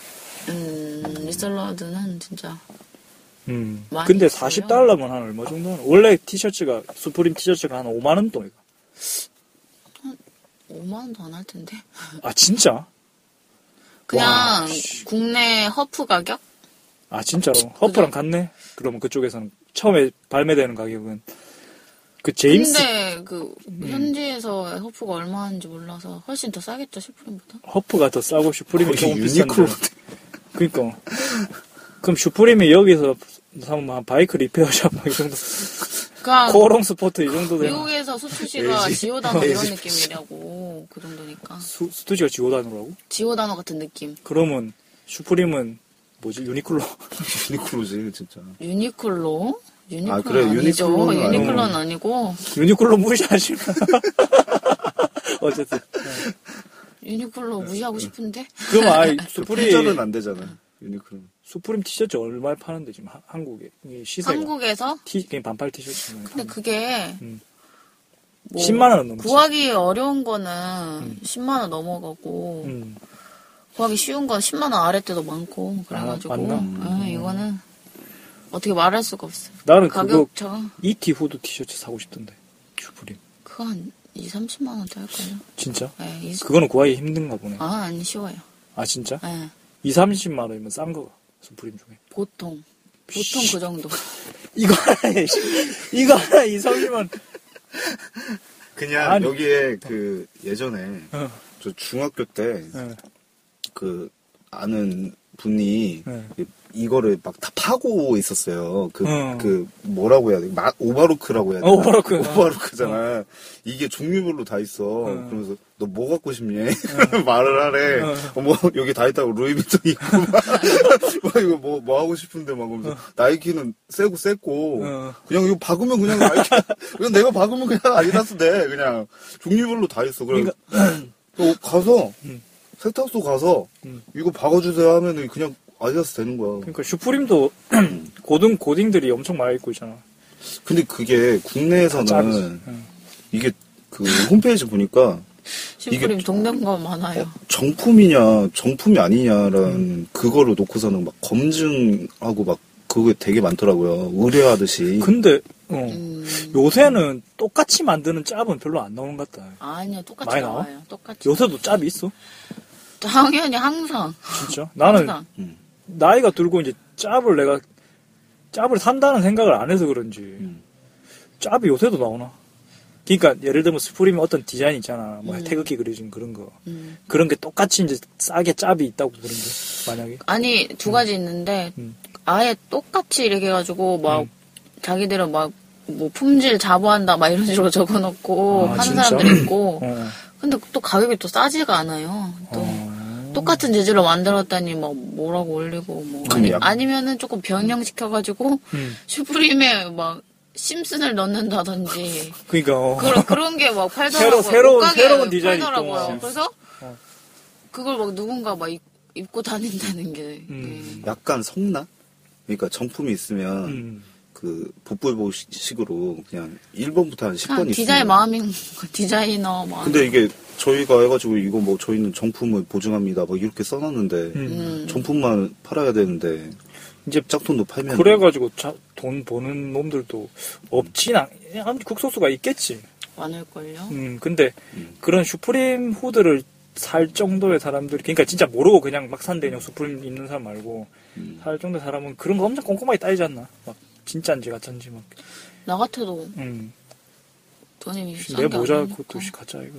C: 음 리셀러드는 진짜
A: 음.
C: 많이
A: 근데
C: 있어요.
A: 40달러면 한 얼마 정도 하나? 원래 티셔츠가 수프림 티셔츠가 한 5만 원 동이가.
C: 5만 원도 안 할 텐데.
A: 아 진짜?
C: 그냥
A: 와, 씨.
C: 국내 허프 가격?
A: 아 진짜로 허프랑 같네. 그러면 그쪽에서는 처음에 발매되는 가격은 그 제임스
C: 근데 그
B: 네.
C: 현지에서 허프가 얼마인지 몰라서 훨씬 더 싸겠죠 슈프림보다.
A: 허프가 더 싸고 슈프림이
B: 거의
A: 조금
B: 유니클로
A: 비싼데. 그니까 그럼 슈프림이 여기서 사면 뭐 한 바이크 리페어샵 이 정도
C: 그러니까
A: 코오롱 스포트 이 정도 되나?
B: (laughs)
C: 미국에서 수출시가
B: LG.
C: 지오다노 이런
B: LG.
C: 느낌이라고 그 정도니까
A: 수, 스튜디오 지고 다니라고?
C: 지오다노 같은 느낌.
A: 그러면 슈프림은 뭐지 유니클로 (laughs)
B: 유니클로지, 진짜.
C: 유니클로? 유니클로
B: 아,
C: 아,
B: 그래,
C: 니죠
B: 유니클로는 아니고.
C: 유니클로는 아니고
A: 유니클로 무시하시나? (laughs) 어쨌든
C: 유니클로 무시하고
B: 네.
C: 싶은데
A: 그럼 아이
B: 품절은
A: 슈프림
B: 안 되잖아. 유니클로.
A: 슈프림 티셔츠 얼마에 파는데 지금 하- 한국에 이 시세가
C: 한국에서
A: 티 그냥 반팔 티셔츠
C: 근데 그게
A: 음.
C: 뭐
A: 10만 원은 넘지.
C: 구하기 어려운 거는 10만 원 넘어가고
A: 음.
C: 구하기 쉬운 건 10만 원 아래 때도 많고 그래가지고
A: 아, 맞나?
C: 예, 이거는 어떻게 말할 수가 없어요.
A: 나는 그거
C: 가격차가
A: 이티 후드 티셔츠 사고 싶던데 슈프림
C: 그거 한 2, 30만 원대 할 거예요.
A: 진짜?
C: 예, 이-
A: 그거는 구하기 힘든가 보네.
C: 아, 아니 쉬워요.
A: 아 진짜?
C: 예,
A: 2, 30만 원이면 싼 거가 수프림 중에.
C: 보통 보통 그
A: (laughs)
C: 정도.
A: 이거 하나에 씨, 이거 하나에 2, 30만 원.
B: 그냥
A: 아니.
B: 여기에 그 예전에
A: 어,
B: 저 중학교 때
A: 어.
B: 그 아는 분이
A: 네.
B: 이거를 막 다 파고 있었어요. 그,
A: 어.
B: 그 뭐라고 해야 돼? 마, 오바로크라고 해야 돼?
A: 어, 오바로크. 어.
B: 오바로크잖아. 이게 종류별로 다 있어. 그러면서 너 뭐 갖고 싶니?
A: 어.
B: (laughs) 말을 하래. 어, 뭐 여기 다 있다고 루이비통 있고 막, (laughs) 막 이거 뭐, 뭐 하고 싶은데 막 그러면서 나이키는 세고 쎘고
A: 어.
B: 그냥 이거 박으면 그냥 나이키 (laughs) 그냥 내가 박으면 그냥 아디다스 돼. 그냥 종류별로 다 있어. 그래. 또 가서 세탁소 가서
A: 그러니까 음.
B: 이거 박아주세요 하면은 그냥 아디다스 되는 거야.
A: 그러니까 슈프림도 (clears throat) 고등 고딩들이 엄청 많이 입고 있잖아.
B: 근데 그게
A: 아, 짜르지. 어.
B: 국내에서는
A: 응.
B: 이게 그 홈페이지 보니까
C: 심플림 동네 거 많아요.
A: 어?
B: 정품이냐 정품이 아니냐라는
A: 음.
B: 그거를 놓고서는 막 검증하고 막 그게 되게 많더라고요. 의뢰하듯이.
A: 근데 어.
C: 음,
A: 요새는 똑같이 만드는 짭은 별로 안 나오는 것 같다.
C: 아니요, 똑같이
A: 많이 나와?
C: 나와요. 똑같이.
A: 요새도 짭이 있어?
C: 당연히 항상.
A: 진짜? 나는
C: 항상.
B: 음.
A: 나이가 들고 이제 짭을 내가 짭을 산다는 생각을 안 해서 그런지
B: 음.
A: 짭이 요새도 나오나? 그러니까 예를 들면 스프림이 어떤 디자인 있잖아, 뭐
C: 음.
A: 태극기 그려진 그런 거
C: 음.
A: 그런 게 똑같이 이제 싸게 짭이 있다고 그런데 만약에
C: 아니 두 가지 있는데
A: 음.
C: 아예 똑같이 이렇게 해가지고 막 자기들은 막 뭐 품질 자부한다 막 이런 식으로 (laughs) 적어놓고
A: 아,
C: 하는
A: 진짜?
C: 사람들이 있고
A: 어,
C: 근데 또 가격이 또 싸지가 않아요. 또
A: 어.
C: 똑같은 재질로 만들었다니 막 뭐라고 올리고 뭐
B: 근데 약-
C: 아니, 면은 조금 변형시켜가지고
A: 음.
C: 슈프림에 막 심슨을 넣는다든지
A: 그러니까 어.
C: 그런 그런 게 막
A: 새로-
C: 팔더라고요.
A: 새로운-
C: 옷가게에
A: 새로운 디자인이 어. 또
C: 팔더라고요.
A: 막-
C: 그래서 그걸 막 누군가 막 입, 입고 다닌다는 게 네.
A: 음.
B: 약간 성나? 그러니까 정품이 있으면
A: 음.
B: 그 복불복식으로 그냥 1번부터 한
C: 그냥
B: 10번이
C: 디자인 마음인 거, 디자이너 뭐 마음.
B: 근데 이게 저희가 해가지고 이거 뭐 저희는 정품을 보증합니다 막 이렇게 써놨는데
A: 음.
C: 음.
B: 정품만 팔아야 되는데
A: 이제
B: 짝퉁도 팔면
A: 그래가지고 자- 돈 버는 놈들도 없진 않. 아무튼 국소수가 있겠지.
C: 많을걸요.
A: 음, 근데 그런 슈프림 후드를 살 정도의 사람들이 그러니까 진짜 모르고 그냥 막 산대 그냥 슈프림 입는 사람 말고
B: 음.
A: 살 정도의 사람은 그런 거 엄청 꼼꼼하게 따지지 않나 막 진짜인지 가짜인지 막
C: 나 같아도
A: 음.
C: 돈이 비싼
A: 내
C: 게
A: 모자
C: 아니니까.
A: 그것도 씨 가짜 이거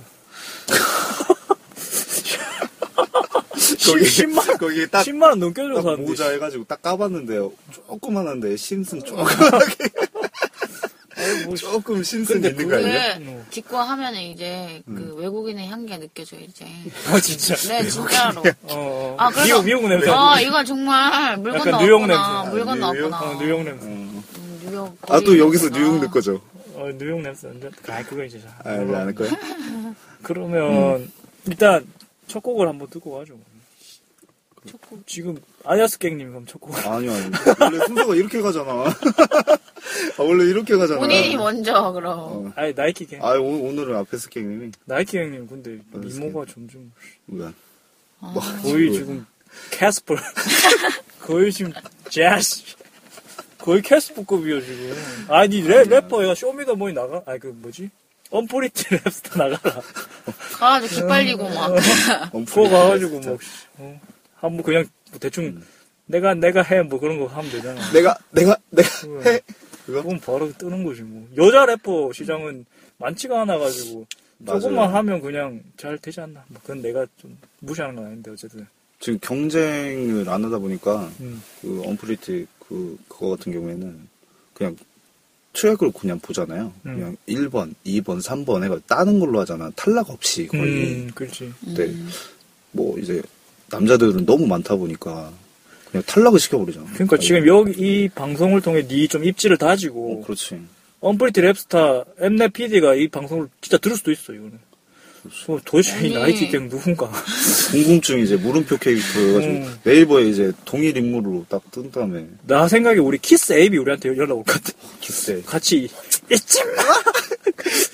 B: 거기
A: 10만 원
B: 거기 딱,
A: 10만 원 넘게 줘서
B: 딱
A: 샀는데
B: 모자 해가지고 딱 까봤는데 조그만한데 심슨
A: 어,
B: 조금
A: 아이, 뭐,
B: 조금 심슨
A: 근데
B: 있는 거
A: 그게-
B: 아니야?
A: 어.
C: 왜 직구하면 이제
B: 음.
C: 그 외국인의 향기가
B: (laughs)
C: 느껴져 이제.
A: 아 진짜
C: 네 진짜로.
A: 어, 어.
C: 아 그래서
A: 미국 미국 냄새
C: 아 이건 정말 물건
A: 약간 뉴욕
C: 나왔구나.
A: 냄새.
C: 물건
B: 아, 뉴욕?
A: 어,
C: 나왔구나.
A: 뉴욕 냄새
B: 음.
C: 뉴욕.
B: 아, 또 여기서
C: 거기구나.
B: 뉴욕 넣 거죠?
A: 어, 뉴욕 냄새인데. 아, 그거 이제 잘.
B: 아, 이거 안할
C: (laughs)
B: 음. 거야?
A: 그러면 일단 첫 곡을 한번 듣고 가죠. 지금 아야스 갱님 그럼 첫 곡. (laughs)
B: 아니요, 아니요. 원래 순서가 이렇게 가잖아. (laughs) 아, 원래 이렇게 가잖아.
C: 본인이 뭐- 먼저 그럼.
B: 어.
A: 아니 나이키 갱.
B: 아, 오, 오늘은 앞에서 게임이.
A: 나이키 갱님 근데
B: 아야스
A: 미모가 점점
B: 뭐야.
A: 거의 지금 캐스퍼. (laughs) 거의 지금 재즈. 거의 캐스퍼급이야 지금. 아니 래, 래퍼야 쇼미더머니 나가. 아니 그 뭐지? 언프리티 (laughs) 랩스타 나가라.
C: 가가지고 기빨리고 막.
A: 그거 가가지고 뭐 어, 한번 그냥 뭐 대충 내가 내가 해 뭐 그런 거 하면 되잖아.
B: 내가, 내가, 내가
A: 그거.
B: 해. 그거?
A: 그건 바로 뜨는 거지 뭐 여자 래퍼 시장은 많지가 않아 가지고 조금만
B: 맞아요.
A: 하면 그냥 잘 되지 않나 뭐 그건 내가 좀 무시하는 건 아닌데 어쨌든
B: 지금 경쟁을 안 하다 보니까,
A: 음.
B: 그, 언프리티, 그, 그거 같은 경우에는, 그냥, 트랙을 그냥 보잖아요.
A: 음.
B: 그냥 1번, 2번, 3번 해가 따는 걸로 하잖아. 탈락 없이 거의.
A: 음, 그렇지
B: 네. 뭐 이제 남자들은 너무 많다 보니까 그냥 탈락을 시켜버리잖아.
A: 그러니까
B: 아니,
A: 지금 여기 이 방송을 통해 니 좀
B: 어,
A: 입지를 다지고
B: 그렇지.
A: 언프리티 랩스타 엠넷 PD가 이 방송을 진짜 들을 수도 있어 이거는 어, 도대체 이
C: 아니.
A: 나이키 갱 누군가
B: 궁금증 이제 물음표 캐릭터 해가지고
A: 음.
B: 네이버에 이제 동일 인물로 딱 뜬 다음에
A: 나 생각에 우리 키스 에이비 우리한테 연락 올 것 같아
B: 기세.
A: 같이 잊지마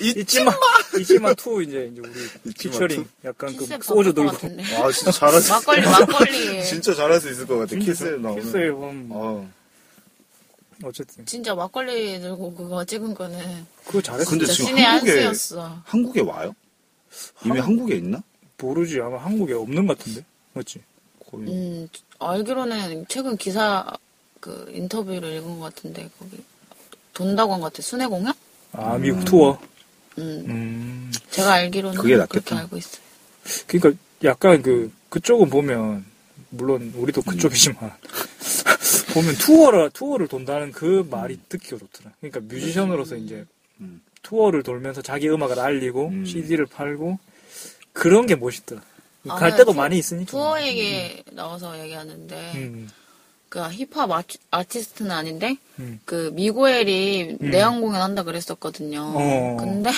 A: 잊지마 잊지마 투 이제 이제 우리
B: 잊지마
A: 피처링
B: 투.
A: 약간 그
C: 키스
A: 소주 들고
C: 들고. 같은데.
B: 아 진짜 잘할 수.
C: 막걸리
B: (laughs)
C: 막걸리.
B: 진짜 잘할 수 있을 것 같아. 네, 키스 나오면.
A: 키스 앨범
B: 어.
A: 어쨌든
C: 진짜 막걸리 들고 그거 찍은 거는
A: 그거 잘했어
B: 근데
C: 진짜
B: 지금
C: 신의
B: 한국에-
C: 한수였어.
B: 한국에 와요? 이미 한국에 있나?
A: 모르지 아마 한국에 없는 것 같은데 맞지
B: 거의.
C: 음 알기로는 최근 기사 그 인터뷰를 읽은 것 같은데 거기 돈다고 한 것 같아 순회 공연?
A: 아 미국 투어
C: 음
A: 음
C: 제가 알기로는
B: 그게
C: 그렇게
B: 낫겠다.
C: 알고 있어요.
A: 그러니까 약간 그 그쪽은 보면 물론 우리도
B: 음.
A: 그쪽이지만 (laughs) 보면 투어를 투어를 돈다는 그 말이 듣기가 좋더라 그러니까 뮤지션으로서 이제
B: 음.
A: 투어를 돌면서 자기 음악을 알리고
B: 음.
A: CD를 팔고 그런 게 멋있더라
C: 아,
A: 갈 때도
C: 투-
A: 많이 있으니까
C: 투어 얘기 나와서 얘기하는데
A: 음,
C: 그 힙합 아치, 아티스트는 아닌데
A: 음.
C: 그 미고엘이
A: 음.
C: 내한 공연 한다 그랬었거든요.
A: 어.
C: 근데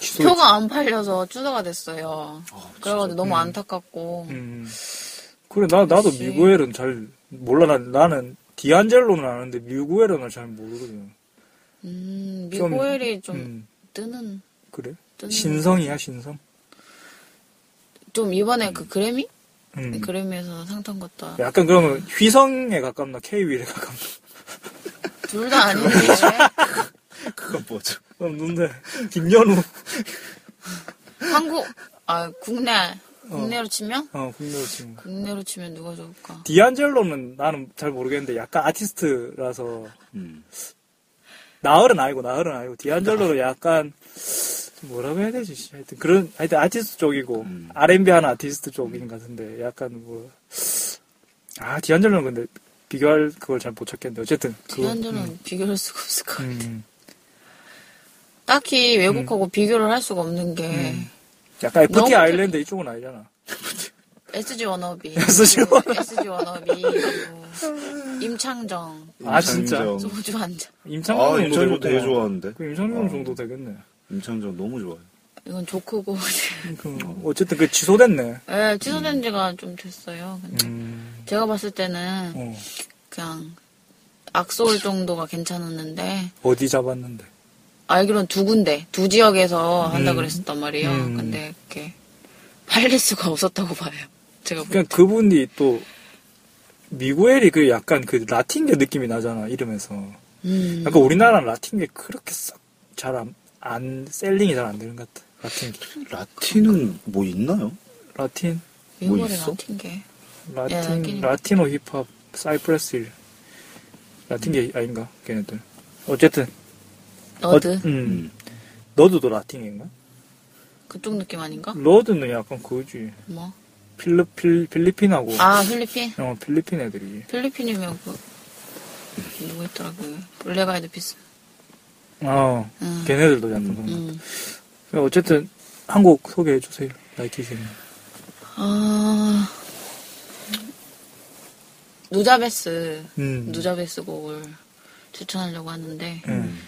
A: 취소-
C: 표가 안 팔려서 추가가 됐어요. 그래가지고 너무 안타깝고
A: 아, 음. 그래 나 나도
C: 그치.
A: 미구엘은 잘 몰라 나, 나는 디안젤로는 아는데 미구엘은 잘 모르거든.
C: 음, 미고엘이 좀
A: 음,
C: 뜨는
A: 그래
C: 뜨는
A: 신성이야 음. 신성.
C: 좀 이번에 그 그래미
A: 음.
C: 그러니까 그래미에서 상 탄 것도
A: 약간 그러면 휘성에 가깝나 케이윌에 가깝나
C: 둘 다 아닌데
B: 아, 그건 뭐죠?
A: 그럼 눈대 김연우
C: 한국 아 국내 국내로 치면
A: 어 국내로 지금
C: 국내로 치면 누가 좋을까?
A: 디안젤로는 나는 잘 모르겠는데 약간 아티스트라서
B: 음.
A: 나얼은 아니고 나얼은 아니고 디안젤로는 약간 뭐라고 해야 되지? 씨. 하여튼 그런 하여튼 아티스트 쪽이고
B: 음.
A: R&B 하는 아티스트 쪽인 것 같은데 약간 뭐 아 디안젤로는 근데 비교할 그걸 잘 못 찾겠는데 어쨌든 그-
C: 지난주는 비교할 수가 없을 것 같아.
A: 음,
C: 딱히 외국하고 비교를 할 수가 없는 게
A: 음. 약간 FT
C: 네. 너무
A: 아일랜드 이쪽은 아니잖아.
C: SG 워너비,
A: SG
C: 그리고
A: 워너비.
C: SG 워너비, 그리고 임창정,
A: 아, 진짜?
B: 임창정.
C: 소주 한 잔.
A: 임창정
B: 아
A: 정도
B: 임창정 되게
A: 되겠구나.
B: 좋아하는데.
A: 그 임창정
B: 어.
A: 정도 되겠네.
B: 임창정 너무 좋아요.
C: 이건 조크고. (laughs)
A: 그 어쨌든 그 취소됐네.
C: 예, 취소된 지가 좀 됐어요. 근데
A: 음,
C: 제가 봤을 때는
A: 어.
C: 그냥 악소울 정도가 괜찮았는데
A: 어디 잡았는데?
C: 알기로는 두 군데, 두 지역에서 한다
A: 음.
C: 그랬었단 말이에요.
A: 음.
C: 근데 이렇게 팔릴 수가 없었다고 봐요. 제가 볼
A: 그러니까 그냥 그분이 또 미구엘이 그 약간 그 라틴계 느낌이 나잖아 이름에서.
C: 때. 음.
A: 약간 우리나라 라틴게 그렇게 싹 잘 안 셀링이 잘 안 되는 것 같아. 라틴
B: 라틴은 뭐 있나요?
A: 라틴
B: 뭐
C: 미국이
B: 있어?
C: 같은 게. 예,
A: 라틴
C: 하긴.
A: 라티노 힙합 사이프레스 힐 라틴계 아닌가 걔네들. 어쨌든
C: 너드?
A: 어, 음. 너드도 라틴인가?
C: 그쪽 느낌 아닌가?
A: 너드는 약간 그지
C: 뭐?
A: 필리 필 필리핀하고
C: 아, 필리핀?
A: 어 필리핀 애들이.
C: 필리핀이면 그, 누구 있더라, 그, 블랙아이드 피스.
A: 어
C: 음.
A: 걔네들도 약간
B: 음.
A: 그런 거.
C: 음.
A: 어쨌든 한국 소개해 주세요. 나이키 생.
C: 아, 누자베스,
A: 음.
C: 누자베스 곡을 추천하려고 하는데
A: 음.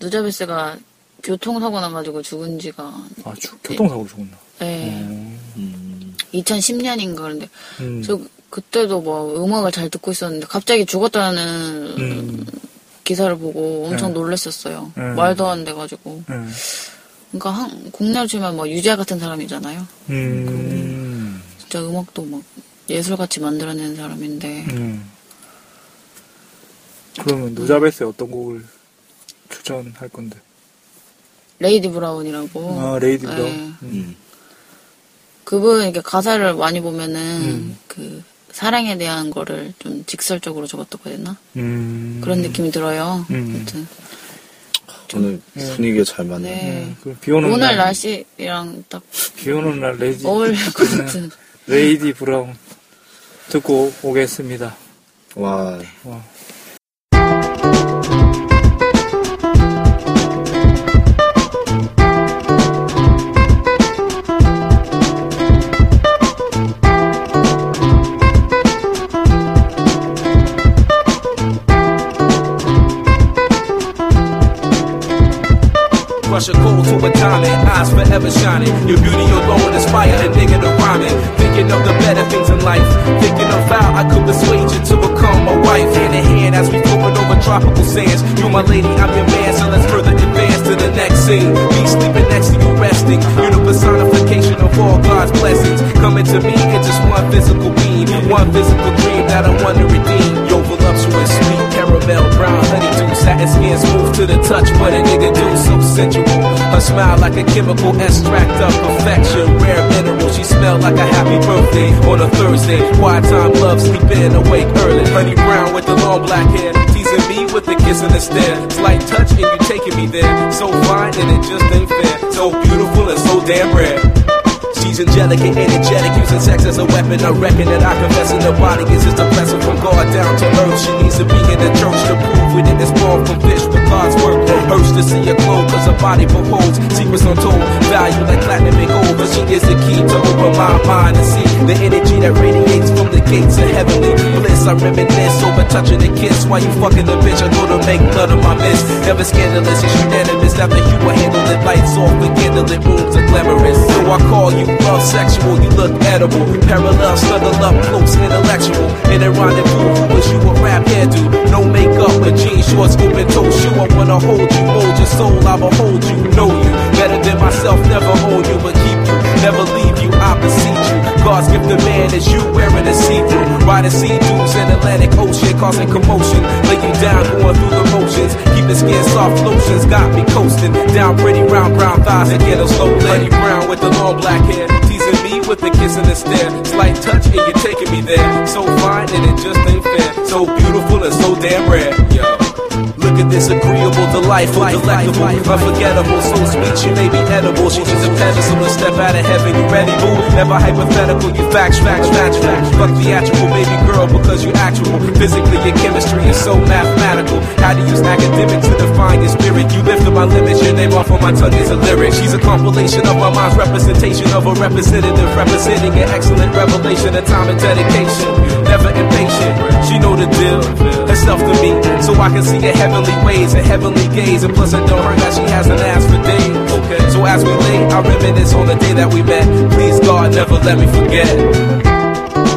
C: 누자베스가 교통사고 나가지고 죽은 지가
A: 아, 주- 교통사고로 죽었나?
C: 네,
A: 음.
B: 음.
C: 2010년인가 그런데
A: 음.
C: 저 그때도 뭐 음악을 잘 듣고 있었는데 갑자기 죽었다는
A: 음.
C: 기사를 보고 엄청
A: 네.
C: 놀랐었어요.
A: 네.
C: 말도 안 돼가지고.
A: 음.
C: 그러니까 한, 국내로 치면 뭐 유재 같은 사람이잖아요.
A: 음.
C: 진짜 음악도 막 예술같이 만들어낸 사람인데
A: 음.
C: 음.
A: 그러면 누자베스의 어떤 곡을 추천할 건데?
C: 레이디 브라운이라고.
A: 아, 레이디
C: 네.
A: 브라운. 음.
B: 음.
C: 그분 이렇게 가사를 많이 보면은
A: 음.
C: 그 사랑에 대한 거를 좀 직설적으로 적었다고 해야 되나?
A: 음.
C: 그런 느낌이 들어요.
A: 음.
C: 아무튼
B: 오늘
A: 네.
B: 분위기가 잘 맞네.
C: 네.
A: 그 비오는
C: 오늘
A: 날,
C: 날씨랑 딱
A: 비오는 날
B: 예. (laughs)
A: 레이디
C: 어울릴 것 같은.
A: 레이디 브라운 듣고 오겠습니다.
B: 와.
A: 와.
E: Rush a cold to a diamond, eyes forever shining. Your beauty alone inspire a nigga to rhyming. Thinking of the better things in life. Thinking of how I could persuade you to become my wife. Hand in hand as we float over tropical sands. You my lady, I'm your man, so let's further advance to the next scene. Me sleeping next to you, resting. You're the personification of all God's blessings. Coming to me in just one physical being, one physical dream that I want to redeem. Yo, voluptuous, sweet caramel, brown honeydew, satin skin smooth to the touch, but a nigga do so sensual. Her smile like a chemical extract of perfection, rare mineral. She smell like a happy birthday on a Thursday. Quiet time, love, sleep in, awake early. Honey brown with the long black hair, teasing me with a kiss and a stare. Slight touch and you taking me there. So fine and it just ain't fair. So beautiful and so damn rare. She's angelic and energetic, using sex as a weapon. I reckon that I confess in the body is just a blessing from God down to earth. She needs to be in the church to prove we did this born from fish with God's work. Urge to see her glow, cause her body beholds secrets untold. Value like platinum and gold, but she is the key to open my mind and see the energy that radiates from the gates of heavenly bliss. I reminisce over touching a kiss while you fucking a bitch. I know to make blood of my miss. Never scandalous, it's unanimous. After you were handled, it lights off with candlelit rooms are glamorous. So I call you love sexual, you look edible. Parallel, snuggle up, close, intellectual. In a rendezvous, who was you a rap hairdo? No makeup, but jeans, shorts, open toe shoe. I wanna hold you, mold your soul, I will hold you, know you. Better than myself, never own you, but keep you. Never leave you, I beseech you. God's gift to man is you wearing a see-through. Riding sea dunes in Atlantic Ocean, causing commotion. Lay you down, going through the motions. Keep the skin soft, lotions got me coasting. Down pretty round brown thighs and get a slow lady brown with the long black hair. Teasing me with a kiss and a stare. Slight touch and you're taking me there. So fine and it just ain't fair. So beautiful and so damn rare. Yo. Look at this agreeable delightful, delectable, unforgettable, so sweet she may be edible. She is a pedestal to step out of heaven. You ready, boo? Never hypothetical, you facts, facts, facts, facts. Fuck theatrical, baby girl, because you actual. Physically, your chemistry is so mathematical. How to use academics to define your spirit. You lifted my limits, your name off of my tongue is a lyric. She's a compilation of my mind's representation of a representative, representing an excellent revelation of time and dedication. Never impatient, she know the deal. Herself to me, so I can see her heavenly ways and heavenly gaze. And plus, I know her that she hasn't asked for days. Okay. So as we lay, I reminisce on the day that we met. Please, God, never let me forget.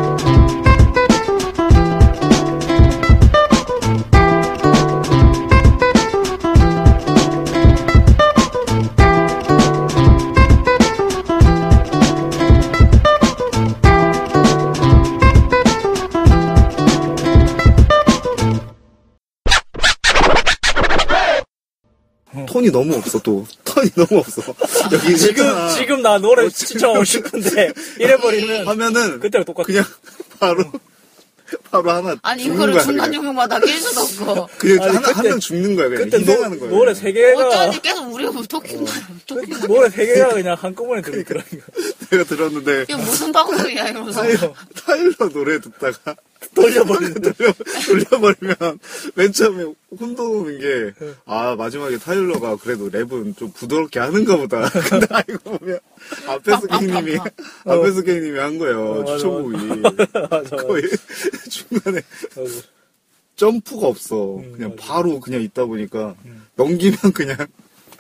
B: 톤이 너무 없어, 또. 톤이 너무
A: (laughs)
B: 없어. 여기
A: 네. 지금
B: 했잖아. 뭐
A: 지금 나
B: (laughs)
A: 노래 시청하고 싶은데 이래버리면
B: 하면은
A: 그때랑 똑같아.
B: 그냥 (laughs) 바로 바로 하나
C: 아니
B: 죽는
C: 이거를
B: 거야,
C: 중간
B: 그냥.
C: 중간마다 낄 수도 없고
B: 그냥
A: 아니,
B: 하나
A: 그때-
B: 한명 죽는 거야 그냥
A: 그때 노,
B: 희생하는 거야
A: 노래
B: 그냥.
A: 세 개가
C: 어쩐지 계속 우리가 뭐 토킹만 토킹
A: 노래 세 개가 그냥 한꺼번에 들리더라니까.
B: 내가 들었는데
C: 이게 무슨 방송이야 이러면서
B: 타일러, 타일러 노래 듣다가
A: 돌려버리는
B: (laughs) 돌려, 돌려버리면 맨 처음에 혼돈오는 게 아 마지막에 타일러가 그래도 랩은 좀 부드럽게 하는가 보다 (laughs) 근데 알고 보면 앞에서 게임님이 앞에서 게임님이 한 거예요
A: (laughs) 어. 맞아,
B: (laughs) 추천곡이
A: 맞아.
B: 거의 중간에
A: 맞아.
B: 점프가 없어.
A: 음,
B: 그냥
A: 맞아. 음.
B: 바로 그냥 있다 보니까 넘기면 그냥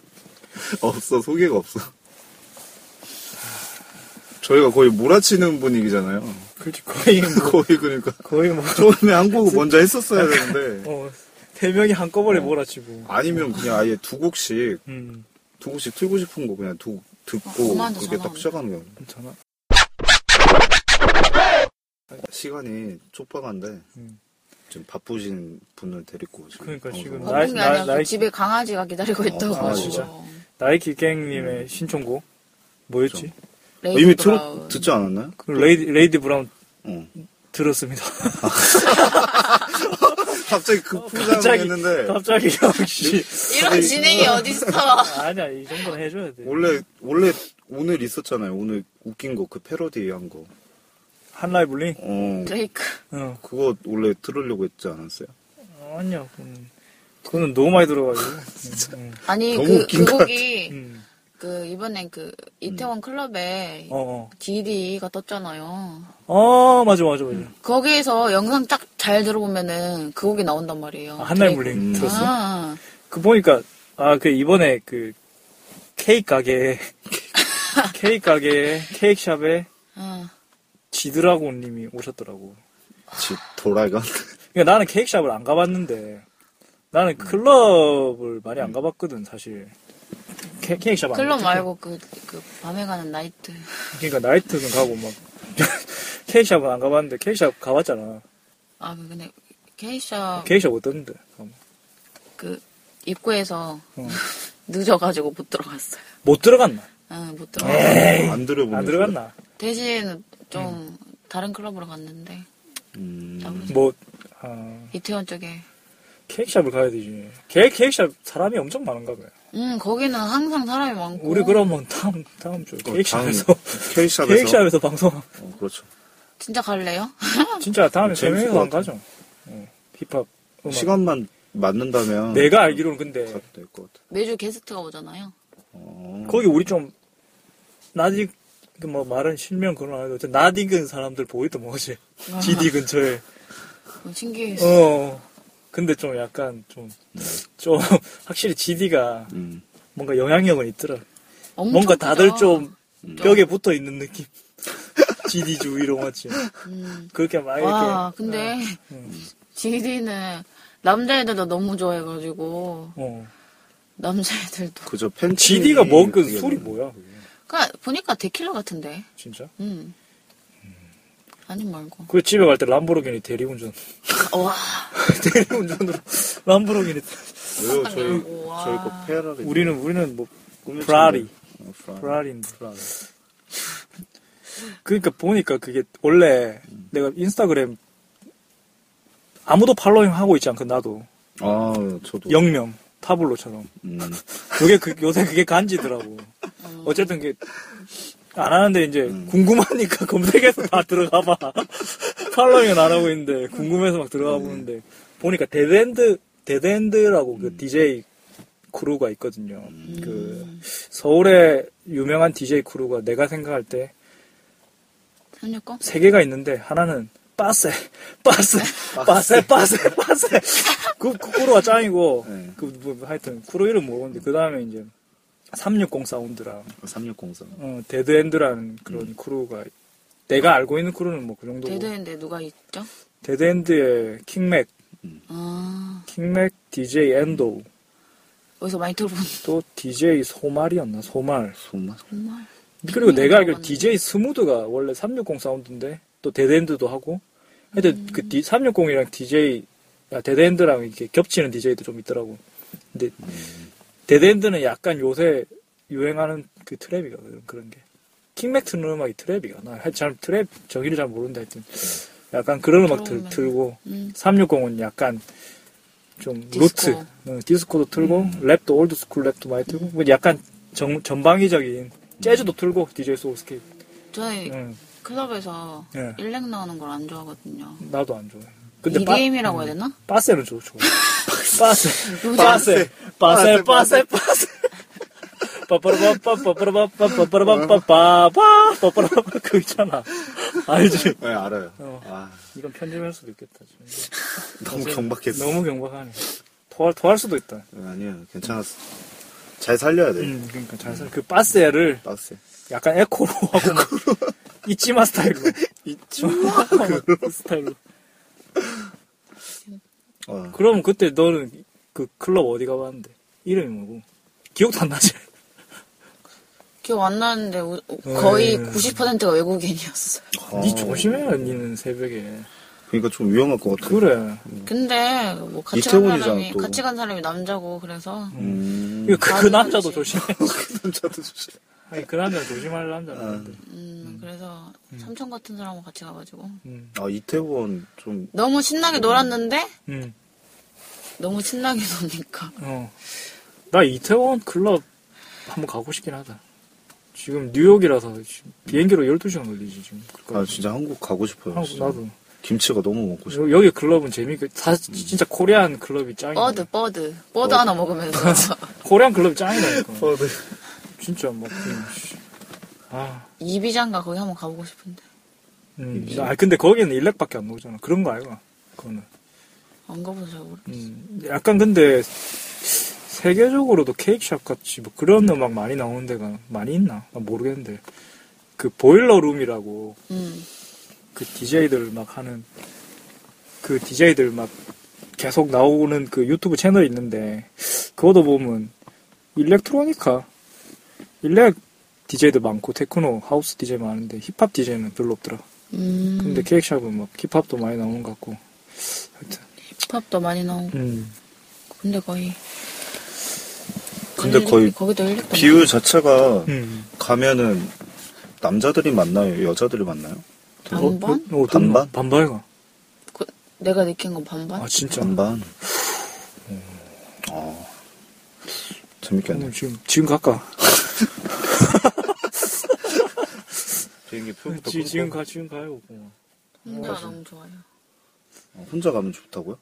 B: (laughs) 없어. 소개가 없어. 저희가 거의 몰아치는 분위기잖아요. (laughs)
A: 그렇지 거의 뭐,
B: 거의 그러니까
A: 거의
B: (laughs)
A: 뭐
B: 처음에 한 곡을 먼저 했었어야 되는데
A: 어, 세 명이
B: 어.
A: 한꺼번에 몰아치고.
B: 아니면 그냥 아예 두 곡씩
A: 음,
B: 두 곡씩 틀고 싶은 거 그냥 두
C: 아,
B: 듣고
C: 엄마한테
B: 그렇게
C: 전화
B: 딱 시작하는 거
A: 괜찮아.
B: 시간이 촉박한데
A: 음.
B: 지금 바쁘신 분을 데리고 지금
A: 그러니까 지금
B: 방송을
A: 나-
C: 바쁜 게 아니라
A: 나이-
C: 그 집에 강아지가 기다리고 있다고.
B: 아,
A: 진짜? 나이키 갱님의
B: 음.
A: 신청곡 뭐였지?
C: 레이디
B: 이미 트로
C: 브라운.
B: 듣지 않았나요?
A: 그 레이디, 레이디 브라운
B: 어.
A: 들었습니다. (laughs)
B: 갑자기 그 급부상을
A: 어, 갑자기
B: 했는데 네.
A: 갑자기 역시
C: 이런 진행이 어딨어.
A: 아니야 이 정도는 해줘야 돼.
B: 원래 원래 오늘 있었잖아요. 오늘 웃긴 거 그 패러디한 거.
A: 한 라이블링?
B: 어
C: 드레이크.
A: 어
B: 그거 원래 들으려고 했지 않았어요?
A: 아니야 그건 그거는 너무 많이 들어가지고. 진짜.
C: 아니,
B: 너무
C: 그,
B: 웃긴
C: 그
B: 것
C: 곡이,
A: 음.
C: 그, 이번엔 그,
B: 음.
C: 이태원 클럽에
A: 어
C: DD가 떴잖아요.
A: 어. 어 맞아 맞아 맞아.
C: 거기에서 영상 딱 잘 들어보면은 그 곡이 나온단 말이에요.
A: 아, 한 라이블링
B: 음.
A: 들었어.
C: 아,
A: 그 보니까 아 그 이번에 그 케이크 가게 케이크 가게 케이크 샵에
C: 아.
A: 지드라곤님이 오셨더라고.
B: 지 돌아가.
A: 그러니까 나는 케이크 샵을 안 가봤는데 나는 클럽을 많이 안 가봤거든 사실. 케, 이크샵안
C: 클럽
A: 가봤거든.
C: 말고 그, 그, 밤에 가는 나이트.
A: 그러니까 나이트는 가고 막 (laughs) 케이크 샵은 안 가봤는데 케이크 샵 가봤잖아.
C: 아, 근데, 케이샤,
A: 케이크 샵 어땠는데?
C: 그, 입구에서
A: 어.
C: (laughs) 늦어가지고 못 들어갔어요.
A: 못 들어갔나?
C: 아, 못 들어갔어요.
B: 안 들어보네.
A: 안 아, 들어갔나?
C: 대신 좀
A: 음.
C: 다른 클럽으로 갔는데,
B: 음.
C: 아무래도
A: 뭐 아,
C: 이태원 쪽에.
A: 케이크 샵을 가야 되지. 케- 케이크 샵 사람이 엄청 많은가 봐요.
C: 음, 거기는 항상 사람이 많고.
A: 우리 그러면 다음 다음 주
B: 어,
A: 케이크샵에서
B: 다음
A: (laughs)
B: 케이크샵에서.
A: 케이크샵에서 방송
B: 어, 그렇죠.
C: 진짜 갈래요? (laughs)
A: 진짜 다음에 세
B: 재밌을
A: 명이서
B: 것
A: 안
B: 같아.
A: 가죠. 어, 힙합 음악.
B: 시간만 맞는다면
A: 내가 알기로는 근데
B: 가도 될 것 같아.
C: 매주 게스트가 오잖아요.
B: 어.
A: 거기 우리 좀 나디 그뭐 말은 실명 그런 안 해도 어쨌든 나디근 사람들 보이던 뭐지
B: 아. (laughs)
A: GD 근처에
C: 어, 신기해.
A: 어 근데 좀 약간 좀 좀 (laughs) 확실히 GD가
B: 음.
A: 뭔가 영향력은 있더라
C: 엄청 음.
A: 뭔가 다들
C: 크죠?
A: 좀 벽에 붙어 있는 느낌 (laughs) GD 주위로 맞지
C: 음.
A: 그렇게 막 아, 이렇게 어.
C: 와, 근데 (laughs) GD는 남자애들도 너무 좋아해가지고
A: 어
C: 남자애들도.
B: 그저 팬.
A: GD가 먹은 그 술이 뭐야 그게?
C: 그러니까 보니까 데킬라 같은데.
A: 진짜
C: 음. 아니 말고.
A: 그 집에 갈 때 람보르기니 대리운전 (laughs)
C: 와.
A: 대리운전으로 람보르기니
B: 왜요? 저희
C: 깜짝이야. 와.
B: 저희 거 페라리.
A: 우리는 우리는 뭐
B: 꾸며진
A: 프라리.
B: 거. 어, 프라리.
A: 브라리인데 그러니까 보니까 그게 원래 내가 인스타그램 아무도 팔로잉 하고 있지 않고 나도
B: 아 저도.
A: 영명 타블로처럼
B: 음.
A: 그게 그- 요새 그게 간지더라고 어쨌든 그게 안 하는데 이제 궁금하니까 (laughs) 검색해서 다 들어가 봐 팔로잉은 안 하고 있는데 궁금해서 막 들어가 보는데 보니까 데드엔드 데드엔드라고 그 DJ 크루가 있거든요 그 서울의 유명한 DJ 크루가 내가 생각할 때
C: 삼육공?
A: 세 개가 있는데 하나는 빠세, 빠세, 빠세, 빠세, 빠세. 그, 그 쿠로가 짱이고
B: 네.
A: 그 뭐 하여튼 쿠로 이름 모르는데 그 다음에 이제 360 사운드랑
B: 3603.
A: 어, 데드엔드라는 그런 쿠로가 내가 알고 있는 쿠로는 뭐 그 정도고
C: 대대인데 누가 있죠?
A: 데드... 엔드의 킹맥,
C: 아.
A: 킹맥 DJ 엔도
C: 어디서 많이 들어본.
A: 또 DJ 소말이었나 소말
B: 손맛.
C: 정말. 음,
A: 그리고 내가 알기로
C: 들어봤네.
A: DJ 스무드가 원래 360 사운드인데 또 데드엔드도 하고 하여튼
C: 음.
A: 그 360이랑 DJ 아, 데드엔드랑 이렇게 겹치는 DJ도 좀 있더라고 근데 데드엔드는 약간 요새 유행하는 그 트랩이거든 그런 게 킹맥 트는 음악이 트랩이가 나잘 트랩 정의를 잘 모른다 하여튼 약간 그런 음악 들,
C: 들어오면은.
A: 들고
C: 음.
A: 360은 약간 좀
C: 디스코.
A: 루트 어, 디스코도 틀고 랩도 올드스쿨 랩도 많이 틀고 뭐 약간 정, 전방위적인 재즈도 틀고 DJ 소울스케이프
C: 저는
A: 응,
C: 클럽에서
A: 예.
C: 일렉 나오는 걸 안 좋아하거든요.
A: 나도 안 좋아해 근데 음.
C: 이
A: 빠,
C: 게임이라고 해야 되나?
A: 빠세는 좋아 좋아 빠세
C: 누구지?
A: 빠세 빠세 빠세 빠세 빠빠라빠빠빠빠빠빠빠빠빠빠 그거 있잖아 알지?
B: 네, 알아요.
A: 어.
B: 아,
A: 이건 편집할 수도 있겠다. 지금.
B: 너무 경박했어.
A: 너무 경박하네. 더할 더할 수도 있다.
B: 네, 아니에요. 괜찮았어. 잘 살려야 돼.
A: 음, 그러니까 잘 살. 그 빠세를
B: 빡세.
A: 약간 에코로 하고 (laughs) 이치마 스타일로. 이치마 (laughs) 그 스타일로.
B: 어.
A: 그럼 그때 너는 그 클럽 어디 가봤는데 이름이 뭐고? 기억도 안 나지?
C: 기억 안 나는데 우- 우- 거의
A: 네.
C: 90%가 외국인이었어. 요
B: 어.
A: 니 조심해라 니는 새벽에.
B: 그러니까 좀 위험할 것 같아.
A: 그래.
C: 근데 뭐 같이 간
B: 이태원이잖아,
C: 사람이
B: 또.
C: 같이 간 사람이 남자고 그래서
B: 음.
A: 이거 그, 그
C: 나는
A: 남자도
C: 그렇지.
A: 조심해.
B: 남자도 조심.
A: 아니 그 남자 조심할 남자인데.
C: 음, 그래서 삼촌 같은 사람하고 같이 가가지고
A: 음.
B: 아, 이태원 좀.
C: 너무 신나게 놀았는데
A: 음.
C: 너무 신나게 노니까
A: 어. 나 이태원 클럽 한번 가고 싶긴 하다. 지금 뉴욕이라서 지금 비행기로 12시간 걸리지 지금. 그러니까
B: 아, 진짜 한국 가고 싶어요.
A: 한국,
B: 진짜.
A: 나도.
B: 김치가 너무 먹고 싶어.
A: 여- 여기 클럽은 재밌게 다 진짜 코리안 클럽이 짱이야.
C: 버드 버드 버드 하나 먹으면서
A: 코리안 클럽이 짱이라니까.
B: 네.
A: 진짜 막 그냥, 씨. 아,
C: (laughs) 이비장가 거기 한번 가보고 싶은데
A: 음. 아 근데 거기는 일렉밖에 안 나오잖아. 그런 거 알고. 그거는.
C: 안 가봐서 잘 모르.
A: 음, 약간 근데 세계적으로도 케이크샵 같이 뭐 그런 음악 많이 나오는 데가 많이 있나? 나 모르겠는데 그 보일러룸이라고
C: 음
A: 그 DJ들 막 하는 그 DJ들 막 계속 나오는 그 유튜브 채널이 있는데 그것도 보면 일렉트로니카 일렉 DJ도 많고 테크노 하우스 DJ 많은데 힙합 DJ는 별로 없더라
C: 음.
A: 근데 케이크샵은 막 힙합도 많이 나오는 것 같고 하여튼
C: 힙합도 많이 나오고
A: 음.
C: 근데 거의
B: 근데
C: 일렉-
B: 거의
C: 거기도 일렉
B: 비율 자체가
A: 네, 음.
B: 가면은 남자들이 만나요? 여자들이 만나요?
C: 반반
A: 어, 어떤
B: 반반?
A: 반반이가.
C: 그, 내가 느낀 건 반반
A: 아 진짜.
B: 반반. 어. 재밌겠네.
A: 오늘 뭐 지금 지금 갈까?
B: 비행기 표부터
A: 지,
B: 끊고
A: 지금 가 지금 가요. 어.
C: 홍대가 너무 좋아요
B: 어, 혼자 가면 좋다고요?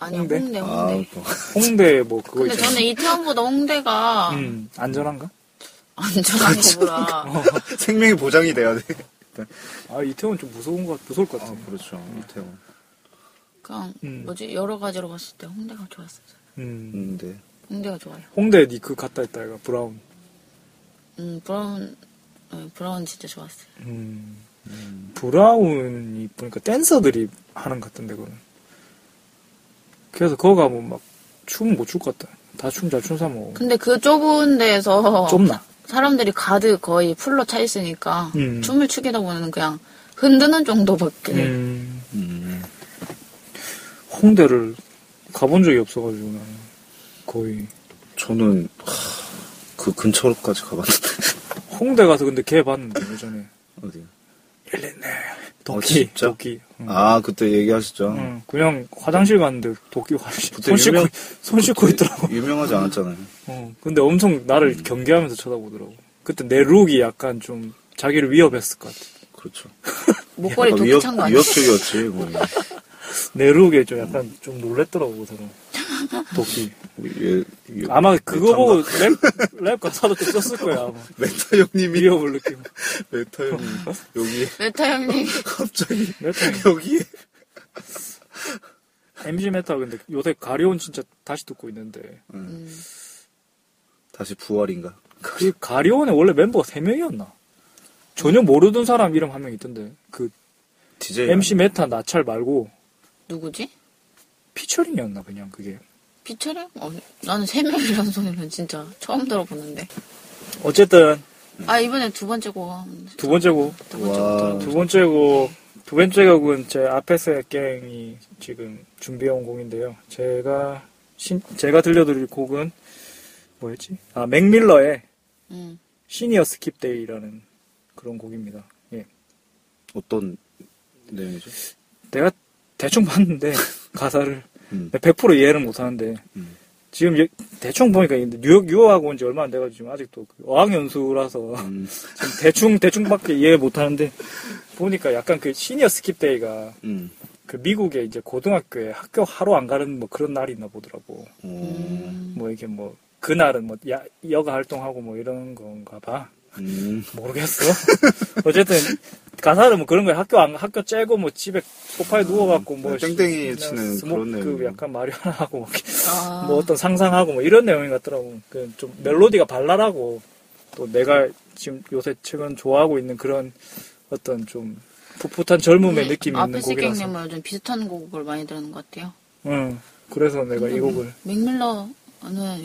C: 아니
A: 홍대?
C: 홍대 홍대,
B: 아, 또.
A: 홍대 뭐 그거
C: 근데
A: 있잖아.
C: 저는 이태원보다 홍대가
A: 음 아, 안전한가?
C: 안전한 거구나
B: (laughs) 생명이 보장이 돼야 돼.
A: 아 이태원 좀 무서운 것 같- 무서울 것 같아.
B: 아, 그렇죠. 이태원.
C: 그냥
A: 음.
C: 그러니까 뭐지 여러 가지로 봤을 때 홍대가 좋았어요
A: 음.
B: 음, 네.
C: 홍대가 좋아요
A: 홍대 니 그 갔다 했다 이가 브라운.
C: 음 브라운 어, 브라운 진짜 좋았어요
A: 음. 브라운이 보니까 댄서들이 하는 것 같던데 그거는. 그래서 그거 가면 뭐 막춤못출것 같다. 다 춤 잘 춘 사람
C: 근데 그 좁은 데에서
A: 좁나?
C: 사람들이 가득 거의 풀로 차 있으니까
A: 음.
C: 춤을 추기다 보면 그냥 흔드는 정도밖에
A: 음.
B: 음.
A: 홍대를 가본 적이 없어가지고 나는 거의
B: 저는 하, 그 근처로까지 가봤는데 (laughs)
A: 홍대 가서 근데 걔 봤는데 예전에
B: 어디?
A: 도끼
B: 아, 진짜?
A: 도끼 응.
B: 아 그때 얘기하셨죠.
A: 응, 그냥 화장실 갔는데 도끼 화장실
B: 그때
A: 손 씻고
B: 유명-
A: 손 씻고 있더라고
B: 그 유명하지 않았잖아요.
A: 어, 근데 엄청 나를
B: 음.
A: 경계하면서 쳐다보더라고 그때 내 룩이 약간 좀 자기를 위협했을 것 같아
B: 그렇죠.
C: 목걸이
B: 약간
C: 도끼 찬 거 아니야?
B: 위협적이었지. 뭐.
A: 내 룩에 좀 약간
B: 음.
A: 좀
B: (laughs)
A: 놀랬더라고 저는 도끼
B: 얘, 얘,
A: 아마 그거 보고 랩랩 가사도 또 썼을 거야
B: (laughs)
A: 아마
B: 메타 형님이
A: 위협을 느끼고
B: 메타
A: (laughs)
B: 형님 여기
C: 메타 형님
B: 갑자기
A: 메타
B: 여기
A: MG 메타 근데 요새 가리온 진짜 다시 듣고 있는데
C: 음,
B: 다시 부활인가?
A: 그 가리온에 원래 멤버가 3명이었나? 전혀 모르던 사람 이름 한 명 있던데. 그
B: DJ
A: MC 메타 나찰 말고
C: 누구지?
A: 피처링이었나 그냥 그게.
C: 피처링? 어, 나는 세 명이라는 소리는 진짜 처음 들어보는데
A: 어쨌든
C: 아 이번에 두 번째 곡
A: 두 번째고
C: 두 번째 곡
B: 와
C: 들어
A: 두 번째고 두 번째 곡은 제 아페스의 갱이 지금 준비해온 곡인데요. 제가 신, 제가 들려드릴 곡은 뭐였지? 아 맥밀러의
C: 음.
A: 시니어 스킵 데이라는 그런 곡입니다. 예.
B: 어떤 내용이죠?
A: 내가 대충
B: (laughs)
A: 봤는데 가사를
B: 음.
A: 100% 이해를 못하는데
B: 음.
A: 지금 예- 대충 보니까 이제 뉴욕 유학하고 온 지 얼마 안 돼가지고 지금 아직도 그 어학연수라서
B: (laughs) 음.
A: 지금 대충 대충밖에 이해 못하는데 보니까 약간 그 시니어 스킵 데이가
B: 음.
A: 그 미국의 이제 고등학교에 학교 하루 안 가는 뭐 그런 날이 있나 보더라고
B: 어,
A: 뭐 이게 뭐 그날은 뭐 야, 여가 활동하고 뭐 이런 건가 봐
B: 음. (laughs)
A: 모르겠어 어쨌든 가사는 뭐 그런 거야. 학교 안, 학교 째고 뭐 집에 소파에 누워갖고 뭐
B: 음, 네, 땡땡이
A: 씨,
B: 치는 그런
A: 스모크
B: 내용.
A: 약간 마련하고 막 이렇게
C: 아,
A: 뭐 어떤 상상하고 뭐 이런 내용인 것 같더라고. 그 좀 멜로디가 발랄하고 또 내가 지금 요새 최근 좋아하고 있는 그런 어떤 좀 풋풋한 젊음의 느낌이 있는 곡이라서.
C: 네. 아페스객님은 요즘 비슷한 곡을 많이 들은 것 같아요.
A: 응. 그래서 내가 이 곡을
C: 맥밀러는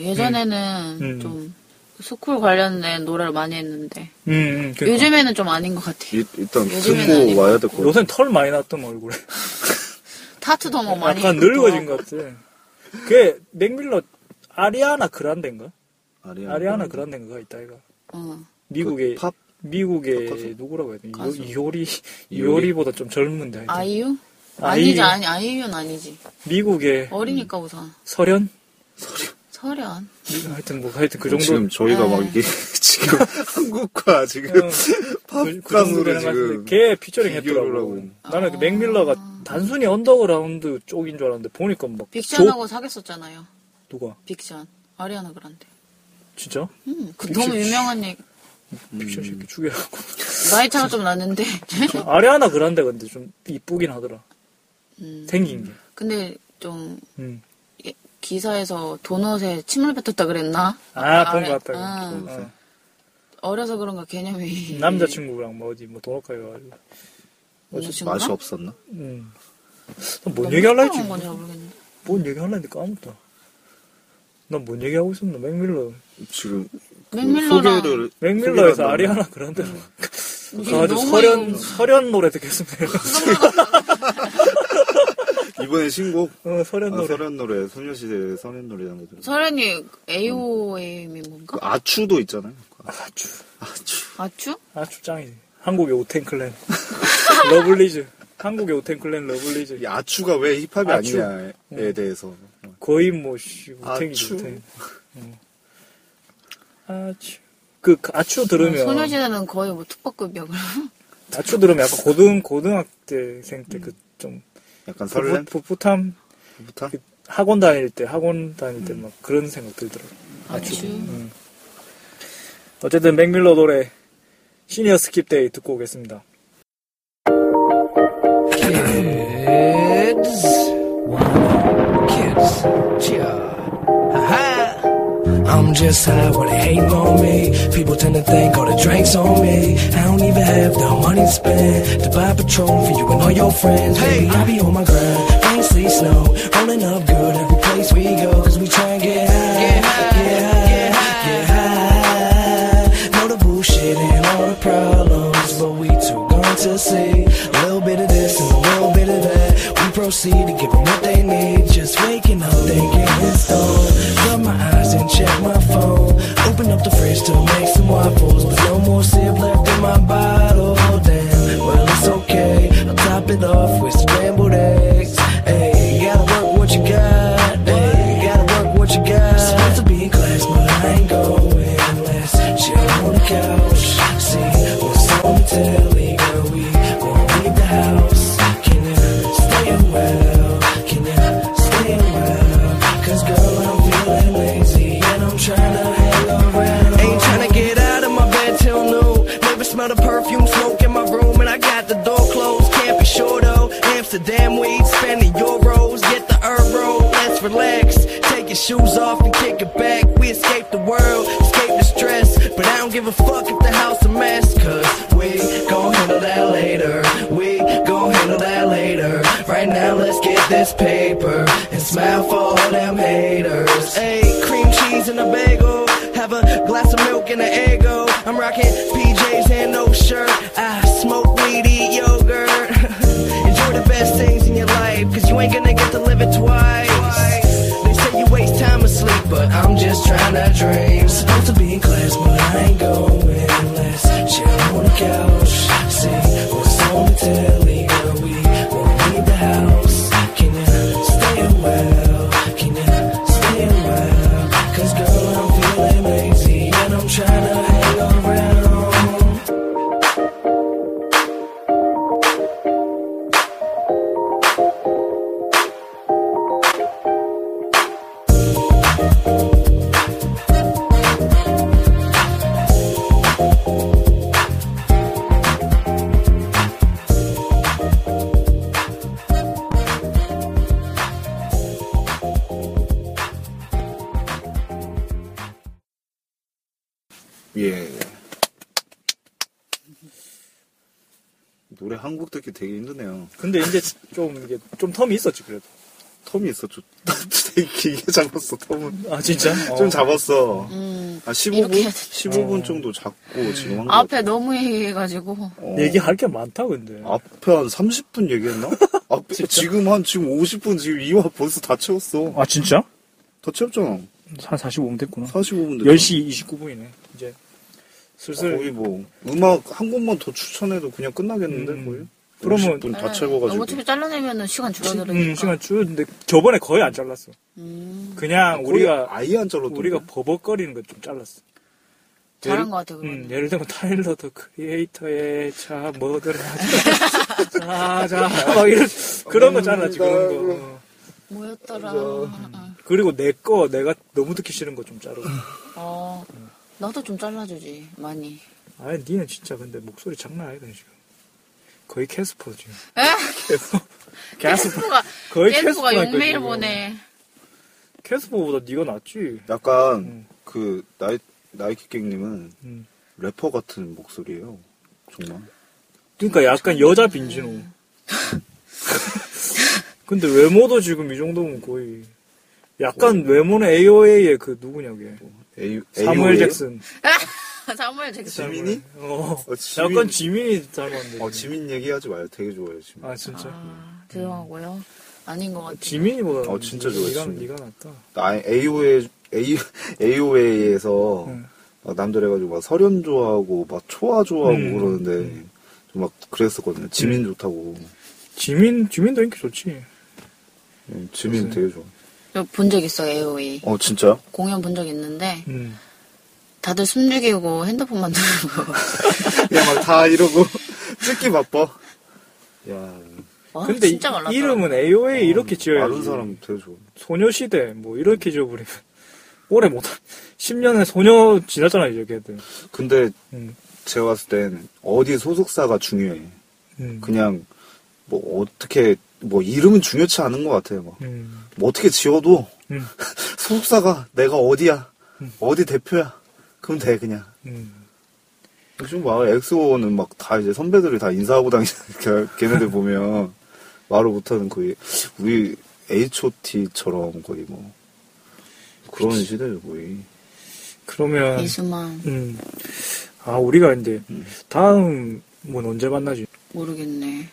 C: 예전에는
A: 음.
C: 좀 스쿨 관련된 노래를 많이 했는데
A: 음, 음 그러니까.
C: 요즘에는 좀 아닌 것 같아요.
B: 일- 일단
C: 요즘엔
B: 듣고
C: 아니고.
B: 와야 될 것 같아.
A: 요새는 털 많이 났던 얼굴에.
C: 타투도 뭐 많이
A: 약간
C: 있고
A: 늙어진 것 같아. 그게 맥밀러 아리아나 그란데인가?
B: 아리아나,
A: 아리아나 그란데인가 있다 이가
C: 어.
A: 미국의
B: 그 예, 팝?
A: 미국의
B: 가수?
A: 누구라고 해야 되나?
C: 가수.
A: 이효리
B: 이효리?
A: 이효리보다 좀 젊은데. 하여튼.
C: 아이유?
A: 아이유.
C: 아니지 아니 아이유는 아니지.
A: 미국의
C: 어리니까 우선
A: 서련?
C: 서련.
A: 미- 하여튼 뭐 하여튼 그
B: 지금
A: 정도 음.
B: 저희가 막
C: 네.
B: 이게 (laughs) 지금 한국과 지금
A: 그, 그 정도
B: 팝가수를
A: 되는 것
B: 지금
A: 같은데 걔 피처링
B: 비교를
A: 했더라고.
B: 하고.
A: 나는 그 맥밀러가 단순히 언더그라운드 쪽인 줄 알았는데 보니까 막 조-
C: 아. 빅션하고 사귀었었잖아요.
A: 누가
C: 빅션. 아리아나 그란데.
A: 진짜
C: 음, 그
A: 빅션.
C: 너무 유명한 얘기.
A: 빅션
B: 음.
A: 새끼 죽여갖고 (laughs)
C: 나이 차가 좀 났는데. (laughs)
A: 아리아나 그란데 근데 좀 이쁘긴 하더라.
C: 음,
A: 생긴 게.
C: 근데 좀
A: 음.
C: 예- 기사에서 도넛에 침을 뱉었다 그랬나?
A: 아, 그런 것 같다.
C: 아,
A: 그거. 어.
C: 어려서 그런가 개념이.
A: 남자친구랑 뭐 어디 뭐 도넛가게 가지고.
C: 남자친구가?
B: 맛이 없었나?
A: 음. 뭔
C: 너무
A: 얘기 할라 했지?
C: 특별한 건지 모르겠는데.
A: 뭔 얘기 할라 했는데 까먹었다. 난 뭔 얘기하고 있었나? 맥밀러.
B: 지금 그
C: 맥밀러랑
B: 소개를
A: 맥밀러에서
B: 소개를
A: 아리아나 그란데.
C: 이게
A: 가가지고
C: 너무
A: 서련, 서련 노래
C: (laughs)
A: 듣겠습니다.
B: 하는데 이번에 신곡
A: 어, 서련
B: 아,
A: 노래.
B: 서련 노래 소녀시대 서련 노래라는 거죠.
C: 서련이 AOM이 뭔가?
B: 그 아추도 있잖아요.
A: 아추.
B: 아추.
C: 아추?
A: 아추 짱이지. 한국의 오텐클랜. (laughs) 러블리즈. 한국의 오텐클랜 러블리즈.
B: 이 아추가 왜 힙합이
A: 아추. 음.
B: 아니냐에 대해서
A: 거의 뭐, 씨,
B: 아추.
A: 오탱이지, 오탱. 어. 아추. 그, 그 아추 들으면.
C: 어, 소녀시대는 거의 뭐 특허급이야 그럼.
A: 아추 들으면 약간 고등, 고등학생
C: 음.
A: 때 그 좀.
B: 약간 설렘
A: 풋풋- 풋풋함?
B: 부터
A: 그 학원 다닐 때, 학원 다닐
B: 음.
A: 때 막 그런 생각 들더라고.
C: 아추.
A: 어쨌든 맥밀러 노래, 시니어 스킵 데이 듣고 오겠습니다.
F: Kids. Kids. Yeah. Ha-ha. I'm just high while they hate on me. People tend to think all the drinks on me. I don't even have the money to spend to buy patrol for you and all your friends. Hey, I be on my grind, rain, sleet, snow, rolling up good every place we go. Cause we try and get high, get high, get high, get high. Know the bullshit and all the problems, but we too gone to see a little bit of this and a little bit of that. We proceed to give them what they need. Just waking up, thinking it's dawn. Rub my eyes and check my phone. Open up the fridge to make some waffles, but no more sip left in my bottle. Damn, well it's okay. I'll top it off with scrambled eggs. Hey, you gotta work what you got. Hey, you gotta work what you got. Supposed to be in class, but I ain't going. Let's chill on the couch. See what's on the telly, girl. We won't leave the house. Can you stay in well? Can you stay in well? Cause girl, I'm feeling lazy and I'm trying to hang around. Ain't tryna get out of my bed till noon. Never smell the perfume smoke in my room, and I got the door closed. Can't be sure though. Amsterdam weed, spend the euros, get the euro. Let's relax, take your shoes off and kick it back. We escape the world, escape the stress, but I don't give a fuck if the house a mess. Cause we gon' handle that later. We gon' handle that later. Right now, let's get this paper and smile for all them haters. Hey, cream cheese and a bagel. Have a glass of milk and an ego. I'm rocking PJs and no shirt. I smoke weed, eat yogurt. (laughs) Enjoy the best things in your life, cause you ain't gonna get to live it twice. They say you waste time asleep, but I'm just trying to dream. Supposed to be in class, but I ain't going. Let's chill on the couch. See what's on the telly, girl. We won't leave the house. Can you stay well? Can you stay well? Cause girl, I'm feeling lazy and I'm trying to hang around.
B: 예, 노래 한 곡 듣기 되게 힘드네요.
A: 근데 이제 좀 이게 좀 텀이 있었지 그래도.
B: 텀이 있었죠. (laughs) 되게 길게 잡았어, 텀은.
A: 아 진짜?
B: 좀 잡았어.
C: 음,
B: 아,
C: 이렇게
B: 15분?
C: 해야 되지. 어.
B: 15분 정도 잡고 지금
A: 음.
B: 한 거.
C: 앞에 너무 얘기해가지고
B: 어. 아.
A: 얘기할 게 많다 근데.
B: 앞에 한 30분
C: (laughs)
B: 얘기했나? 앞에 지금 한 지금 50분 지금 이화 벌써 다 채웠어.
A: 아 진짜?
B: 다 채웠잖아.
A: 한 45분 됐구나.
B: 45분 됐
A: 10시 29분이네. 이제 슬슬
B: 거의 뭐 음악 한 곡만 더 추천해도 그냥 끝나겠는데
A: 음.
B: 거의.
A: 그러면-
B: 50분 다
C: 네.
B: 채워가지고.
C: 어차피 잘라내면은 시간
B: 아,
C: 줄어들으니까
A: 음, 아, 시간 줄었는데 저번에 거의 안 잘랐어.
C: 음,
A: 그냥
B: 거의
A: 우리가
B: 아예 안 잘랐던.
A: 우리가 버벅거리는 거 좀 잘랐어.
C: 잘한 것 같아 그러면
A: 음, 예를 들면 타일러 더 크리에이터의 자 뭐더라
B: (laughs)
A: 자자막 이런 그런 거 잘랐지
B: 음,
A: 그런 거. 어.
C: 뭐였더라 음.
A: 그리고 내 거 내가 너무 듣기 싫은 거 좀 자르고.
C: 어 나도 좀 잘라주지 많이
A: 아니 니는 진짜 근데 목소리 장난 아니다 지금. 거의 캐스퍼 지금. (laughs) 캐스퍼.
C: 캐스퍼가
A: 아, 거의
C: 캐스퍼가
A: 캐스퍼라니까,
C: 용메일
A: 지금.
C: 보내
A: 캐스퍼보다 니가 낫지.
B: 약간
A: 음.
B: 그 나이 나이키 갱님은
A: 음.
B: 래퍼 같은 목소리예요. 정말.
A: 그러니까 약간 여자 빈지노. (laughs) 근데 외모도 지금 이 정도면 거의
B: 어.
A: 약간 외모는 AOA의 그 누구냐 그게
B: 에이,
A: 사무엘
B: AOA?
A: 잭슨.
C: (laughs) 사무엘 잭슨
B: 지민이?
A: 어.
B: 어, 지민.
A: 약간 지민이 닮았는데.
B: 어 지민 얘기하지 마요. 되게 좋아요 지민.
A: 네. 아 진짜.
C: 아, 죄송하고요 아닌 것 같아
A: 지민이보다.
B: 어, 진짜
A: 니- 니가
B: 좋아했지.
A: 니가 낫다.
B: 나 AOA A AOA에서
A: 응.
B: 남들 해가지고 막 서련 좋아하고 막 초아 좋아하고
A: 음.
B: 그러는데 좀 막 그랬었거든요. 지민
A: 네.
B: 좋다고.
A: 지민 지민도 인기 좋지.
B: 예, 지민 되게 좋아.
C: 본적 있어 AOE
B: 어 진짜요?
C: 공연 본 적 있는데
A: 음.
C: 다들 숨죽이고 핸드폰만 (laughs) 들고
B: 그냥 막 다 이러고 (laughs) 찍기 바빠. 야
C: 와
A: 근데
C: 아, 진짜
A: 이-
C: 말랐다
A: 이름은 AOA 이렇게 지어야
B: 아는 사람 되게 좋아.
A: 소녀시대 뭐 이렇게 지어버리면 (laughs) 오래 못. (laughs) 10년에 소녀 지났잖아 이제 걔들.
B: 근데
A: 음.
B: 제가 봤을 땐 어디 소속사가 중요해.
A: 음.
B: 그냥 뭐 어떻게 뭐 이름은 중요치 않은 것 같아요. 막.
A: 음.
B: 뭐 어떻게 지어도
A: 음.
B: (laughs) 소속사가 내가 어디야, 어디 대표야. 그럼 돼 그냥.
A: 음.
B: 요즘 막 엑소는 막 다 이제 선배들이 다 인사하고 다니는 (laughs) 걔네들 보면 말을 못하는 거의 우리 H.O.T.처럼 거의 뭐 그런 시대죠 거의. (laughs)
A: 그러면
C: 이수만
A: 음. 아 우리가 이제
B: 음.
A: 다음 뭐 언제 만나지?
C: 모르겠네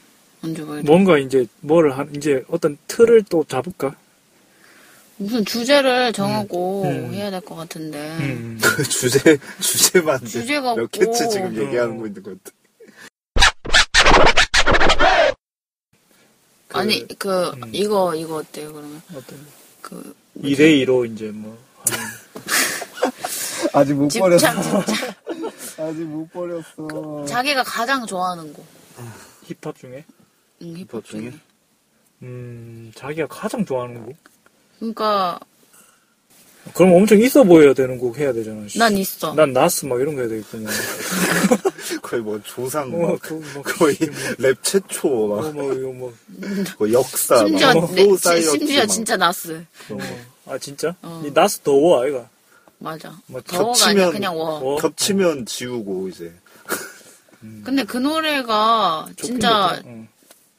C: 언제 봐야 돼
A: 뭔가 이제 뭐를 한 이제 어떤 틀을 또 잡을까?
C: 무슨 주제를 정하고
A: 음. 음.
C: 해야 될 것 같은데
A: 음.
B: 그 주제 주제만 이제
C: 주제가
B: 몇
C: 없고.
B: 개째 지금
A: 음.
B: 얘기하는 거 있는 것 같아.
C: 아니 그
A: 음.
C: 이거 이거 어때요 그러면
A: 어떤
C: 그
A: 2대 2로 이제 뭐 하는
D: 아직 못 버렸어.
C: 집착 집착
D: 아직 못 버렸어.
C: 자기가 가장 좋아하는 곡
A: 힙합 중에
C: 응, 힙합 중에
A: 음 자기가 가장 좋아하는 곡
C: 그러니까
A: 그럼 엄청 있어 보여야 되는 곡 해야 되잖아 씨.
C: 난 있어
A: 난 나스 막 이런 거 해야 (laughs) 되겠구나
B: 거의 뭐 조상
A: 어,
B: 막
A: 그, 뭐,
B: 거의
A: 뭐,
B: 랩 최초 막
A: 어, 뭐, 이거 뭐,
B: 거의 역사
C: 심지어
B: 막
C: 내,
B: 소사이어 뭐그
C: 심지어 진짜 나스
A: 어, 아 진짜?
C: 어.
A: 이 나스 더워 아이가
C: 맞아
A: 뭐
C: 더워가 아니라
B: 겹치면-
C: 그냥 워
A: 어?
B: 겹치면 지우고 이제
C: 근데 그 노래가
A: 좋긴
C: 진짜 어.
A: 좋다. 어.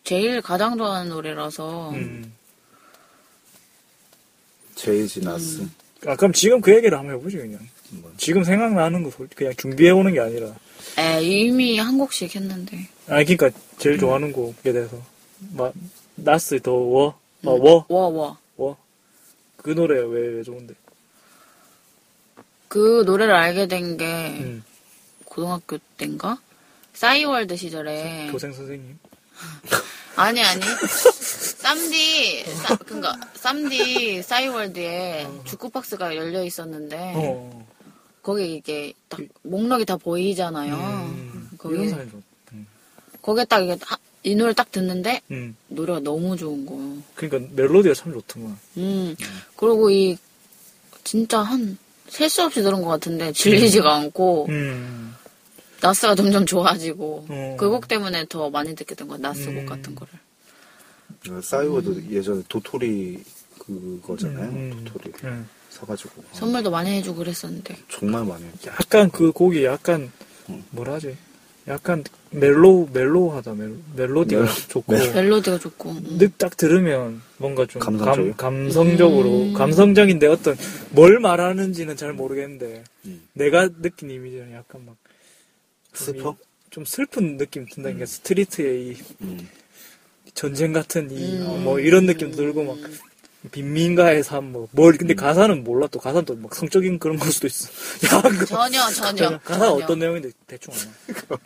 C: 제일 가장 좋아하는 노래라서
A: 음.
B: 제이 지나스
A: 아 그럼 지금 그 얘기를 한번 해보지 그냥
B: 뭐.
A: 지금 생각나는 거 솔- 그냥 준비해 오는 게 아니라
C: 에 이미 한 곡씩 했는데
A: 아니 그러니까 제일 좋아하는 곡에 대해서 막 나스 더워 아,
C: 음.
A: 워
C: 워 워.
A: 워. 그 노래 왜, 왜 좋은데?
C: 그 노래를 알게 된 게
A: 음.
C: 고등학교 때인가? 싸이월드 시절에
A: 교생 선생님.
C: 아니
A: (laughs)
C: 아니 쌈디 싸, 그니까 쌈디 싸이월드에 주크박스가 열려 있었는데
A: 어.
C: 거기 이게 딱 목록이 다 보이잖아요.
A: 음. 이런
C: 거기
A: 사람이 좋. 음.
C: 거기에 딱 이게 하- 이 노래 딱 듣는데
A: 음.
C: 노래가 너무 좋은 거예요.
A: 그러니까 멜로디가 참 좋더만.
C: 음 그리고 이 진짜 한 셀 수 없이 들은 것 같은데 질리지가 않고
A: 음.
C: 나스가 점점 좋아지고
A: 어.
C: 그 곡 때문에 더 많이 듣게 된 거야 나스
A: 음.
C: 곡 같은 거를
B: 싸이워드 예전에 도토리 그거잖아요
A: 음.
B: 도토리
A: 음.
B: 사가지고 아,
C: 선물도 많이 해주고 그랬었는데
B: 정말 많이 음.
A: 약간 그 곡이 약간 뭐라 하지? 약간 멜로우 멜로우하다 멜로, 멜로디가
B: 멜로- 네.
A: 좋고
C: 멜로디가 좋고. 음.
A: 근데 딱 들으면 뭔가 좀
B: 감성적이요?
A: 감, 성적으로
C: 음.
A: 감성적인데 어떤 뭘 말하는지는 잘 모르겠는데
B: 음.
A: 내가 느낀 이미지는 약간 막 좀
B: 슬퍼?
A: 슬픈 느낌 든다니까 스트리트의 이
B: 음.
A: 전쟁 같은 이
C: 음.
A: 뭐 이런 느낌도 들고 막 빈민가의 삶뭐뭘
C: 음.
A: 근데 가사는 몰라 또 가사는 또 막 성적인 그런 걸 수도 있어 (laughs) 야 그거
C: 전혀 전혀.
A: 가사
C: 전혀.
A: 어떤 내용인데 대충 알아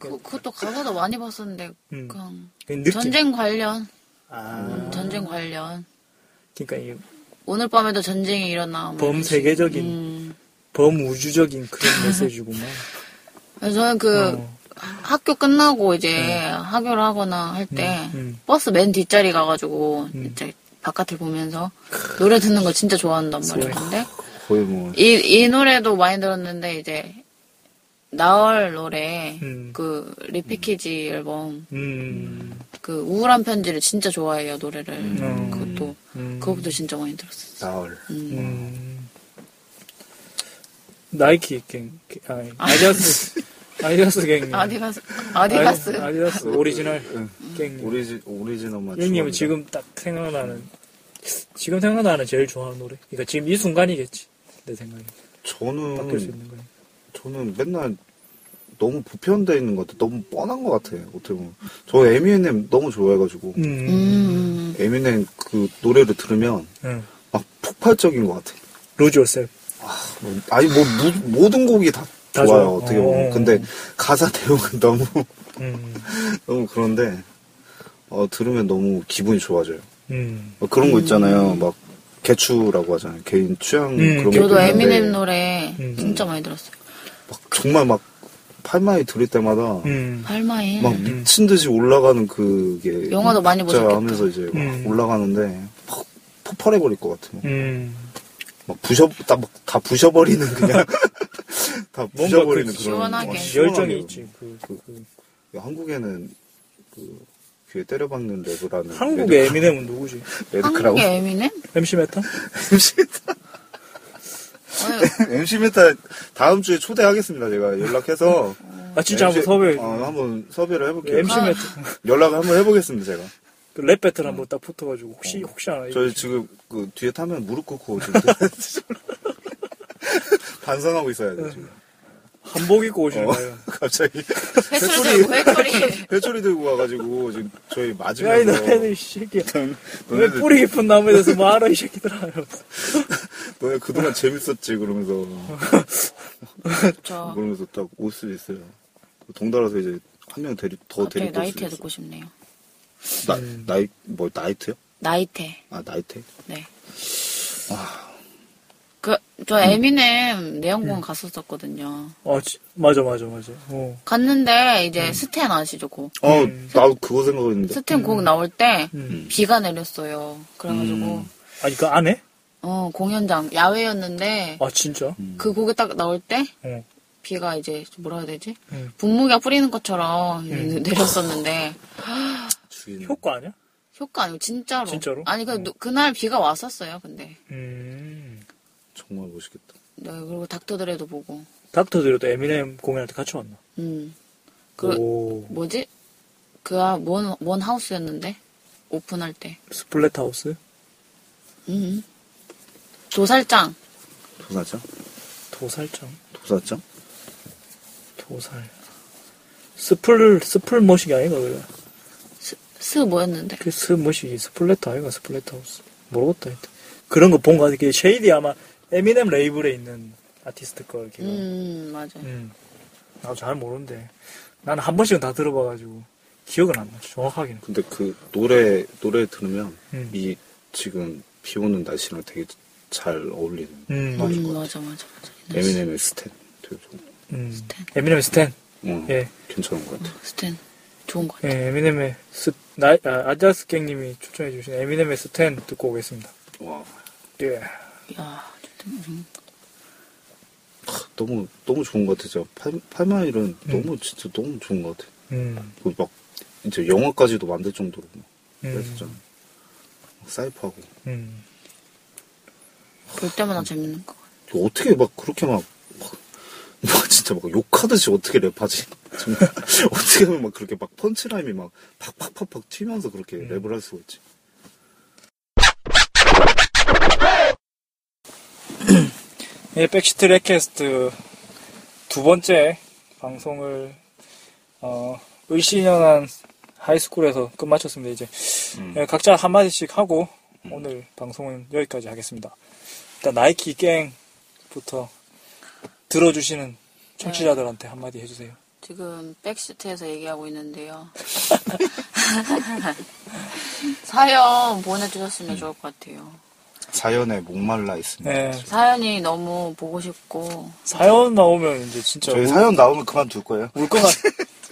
C: 그, 그것도 가사도 많이 봤었는데
A: 음.
C: 그냥
A: 그냥 느낌
C: 전쟁 관련
A: 아
C: 전쟁 관련
A: 그러니까 이
C: 오늘 밤에도 전쟁이 일어나. 뭐 이런
A: 범세계적인
C: 음.
A: 범우주적인
C: (laughs)
A: 그런 메시지구만
C: 그래서 저는
A: 어.
C: 그
A: 네.
C: 학교 끝나고 이제 학교를 하거나 할 때
A: 음, 음.
C: 버스 맨 뒷자리 가가지고 이제 바깥을 보면서 노래 듣는 거 진짜 좋아한단 말이에요. 근데
B: 거의 뭐
C: 이, 이 노래도 많이 들었는데 이제 나얼 노래
A: 음.
C: 그 리피키지 앨범
A: 음,
C: 그 우울한 편지를 진짜 좋아해요 노래를
A: 음.
C: 그것도
A: 음.
C: 그것부터 진짜 많이 들었어요.
B: 나얼
A: 음. 나이키 갱 갱- 아니,
C: (laughs)
A: 아디다스 아디다스 갱
C: 아디가스 음. 아디가스
A: 아디- 아디다스 오리지널 갱
B: 오리지 오리지널만 좋아합니다.
A: 형님은 지금 딱 생각나는 지금 생각나는 제일 좋아하는 노래 그러니까 지금 이 순간이겠지 내 생각에 바뀔 수
B: 저는
A: 있는 거니까
B: 저는 맨날 너무 보편되어 있는 것 같아. 너무 뻔한 것 같아. 어떻게 보면. 저 에미넴 너무 좋아해가지고
A: 음.
C: 음,
B: 에미넴 그 노래를 들으면
A: 음.
B: 막 폭발적인 것 같아.
A: 로즈 요셉
B: 뭐, 아니 뭐 무- 모든 곡이 다,
A: 다
B: 좋아요
A: 좋아.
B: 어떻게 보면
A: 어.
B: 근데 가사 (laughs) 내용은 너무
A: 음.
B: 너무 그런데 어, 들으면 너무 기분이 좋아져요
A: 음.
B: 뭐 그런 거 있잖아요 막 개추라고 하잖아요 개인 취향 그런 게
C: 저도
B: 있는데
C: 에미넴 노래
A: 음.
C: 진짜 많이 들었어요.
B: 막 정말 막 팔마이 들을 때마다
A: 음.
C: 팔마일
B: 막 미친 듯이 올라가는 그게
C: 영화도 많이
B: 진짜
C: 보셨겠다.
B: 하면서 이제 막
A: 음.
B: 올라가는데 폭 폭발해 버릴 것 같아요
A: 음.
B: 막 부셔 다, 막다 부셔버리는
A: (laughs)
B: 그냥 (laughs) 다 부셔버리는 그런
A: 그
C: 시원하게.
B: 어,
A: 열정이
B: 시원하게.
A: 있지 그, 그, 그.
B: 한국에는 그 귀에 때려박는 랩이라는
A: 한국의 에미넴은 누구지?
B: 레드크라운 (laughs)
C: 한국의 에미넴?
A: MC 메타?
C: (laughs) 아니,
B: MC 메타 다음 주에 초대하겠습니다 제가 연락해서
A: 아 (laughs) 진짜 한번
B: MC
A: 섭외
B: 어, 한번 섭외를 해볼게요
A: MC 메타
B: (laughs) 연락을 한번 해보겠습니다 제가
A: 그랩 배틀 한번 딱 붙어가지고 혹시 혹시 알아
B: 저희 지금 그 뒤에 타면 무릎 꿇고 지금 (laughs) 반성하고 있어야 돼
A: 네.
B: 지금
A: 한복 입고
B: (laughs)
A: 오시는
B: 어,
A: 거예요.
B: 갑자기
C: 회초리 들고 회초리
B: 회초리 들고 와가지고 지금 저희
A: 야이
B: 맞으면서
A: 너네들 그 이 새끼야.
B: (laughs)
A: 왜
B: 너네들-
A: 뿌리 깊은 나무에 대해서 말아 이 새끼들아. 이러면서.
B: 너네 그동안 재밌었지 그러면서
C: 저
B: 그러면서 딱 올 수도 있어요 동달아서 이제 한 명 데리 더
C: 갑자기
B: 데리고 올
C: 아, 네, 나이테
B: 수도 있어요
C: 듣고 싶네요.
B: 나,
A: 네.
B: 나이, 뭐, 나이트요?
C: 나이테.
B: 아, 나이트?
C: 네.
A: 아.
C: 그,
A: 음.
C: 저 에미넴 내연공원 갔었었거든요.
A: 아 지- 맞아 맞아 맞아. 어. 음.
C: 갔는데 이제 스탠 아시죠 곡?
B: 어,
A: 네.
B: 나도 그거 생각했는데.
C: 스탠 곡 나올 때
A: 음.
C: 비가 내렸어요. 그래가지고
A: 아니 그 안에?
C: 어 공연장 야외였는데
A: 아 진짜?
C: 그 곡이 딱 나올 때
A: 어.
C: 비가 이제 뭐라 해야 되지?
A: 음.
C: 분무기가 뿌리는 것처럼 (laughs) 내렸었는데
B: 주인.
A: 효과 아니야?
C: 효과 아니고 진짜로.
A: 진짜로?
C: 아니 그 누- 그날 비가 왔었어요. 근데
A: 음.
B: 정말 멋있겠다.
C: 네, 그리고 닥터들에도 보고.
A: 닥터들도 에미넴 공연할 때 같이 왔나?
C: 음. 그
A: 오.
C: 뭐지? 그뭔뭔 뭔 하우스였는데 오픈할 때.
A: 스플릿 하우스?
C: 음. 도살장.
B: 도사장?
A: 도살장?
B: 도사장?
A: 도살. 스플 스플 머시기 아닌가 그래?
C: 스, 스 뭐였는데?
A: 그 스 머시기 스플릿 아이가 스플릿 하우스. 모르겠다 일단. 그런 거 본 거 같아. 그 쉐이디 아마 에미넴 레이블에 있는 아티스트 거 이렇게.
C: 음 맞아요.
A: 음. 나도 잘 모르는데. 나는 한 번씩은 다 들어봐가지고. 기억은 안 나. 정확하게는.
B: 근데 그 노래, 노래 들으면,
A: 음.
B: 이 지금 비 오는 날씨랑 되게 잘 어울리는.
A: 음, 맞아.
C: 음, 맞아 맞아 맞아.
B: 에미넴의 스탠. 되게 좀,
A: 음. 에미넴의 스탠.
B: 어,
A: 예.
B: 괜찮은 것 같아.
C: 스탠 좋은 것 같아.
A: 예, 에미넴의 스, 나, 아, 아디다스 갱님이 추천해주신 에미넴의 스탠 듣고 오겠습니다.
B: 와,
A: 예.
C: 야 좋다. 음.
B: 너무, 너무 좋은 것 같아. 진짜 팔, 팔마일은 너무, 진짜 너무 좋은 것 같아.
A: 음.
B: 그 막, 이제 영화까지도 만들 정도로 막
A: 음.
D: 그렇죠.
B: 했었잖아. 막 사이프하고.
A: 음.
C: 볼 때마다 재밌는 거.
B: 어떻게 막 그렇게 막, 막, 막 진짜 막 욕하듯이 어떻게 랩하지? (laughs) 정말 어떻게 하면 막 그렇게 막 펀치라임이 막 팍팍팍팍 튀면서 그렇게
D: 음.
B: 랩을 할 수가 있지.
A: 예, 백시트 레캐스트 두 번째 방송을 어, 을씨년한 하이스쿨에서 끝마쳤습니다. 이제
D: 음.
A: 예, 각자 한 마디씩 하고 오늘 방송은 여기까지 하겠습니다. 일단 나이키 갱부터 들어주시는 청취자들한테 한 마디 해주세요.
C: 지금 백시트에서 얘기하고 있는데요. (laughs) 사연 보내주셨으면 좋을 것 같아요.
D: 사연에 목말라 있습니다.
A: 네,
C: 사연이 너무 보고 싶고
A: 사연 나오면 이제 진짜
D: 저희 사연 나오면 그만둘 거예요.
A: 울것 같,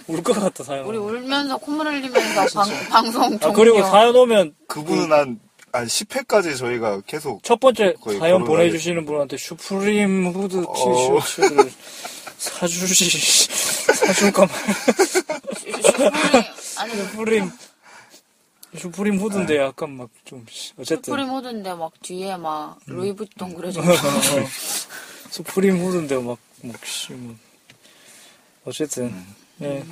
A: 울것 같다 사연.
C: 우리 울면서 콧물 흘리면서 방, 방송
A: 아
C: 종료.
A: 그리고 사연 오면
D: 그분은 한, 한 10회까지 저희가 계속
A: 첫 번째
D: 거의 어.
A: 사연
D: 결혼을
A: 보내주시는 분한테 슈프림 후드
D: (laughs)
A: 티셔츠를 사주시 사줄까
C: 슈프림 아니
A: 슈프림 슈프림 후드인데
D: 네.
A: 약간 막 좀
C: 슈프림
A: 어쨌든
C: 후드인데 막 뒤에 막
A: 음. (laughs)
C: 루이부통 그려져
A: 어,
C: 있고
A: 슈프림 후드인데 막 막씨 뭐 어쨌든
D: 음.
A: 예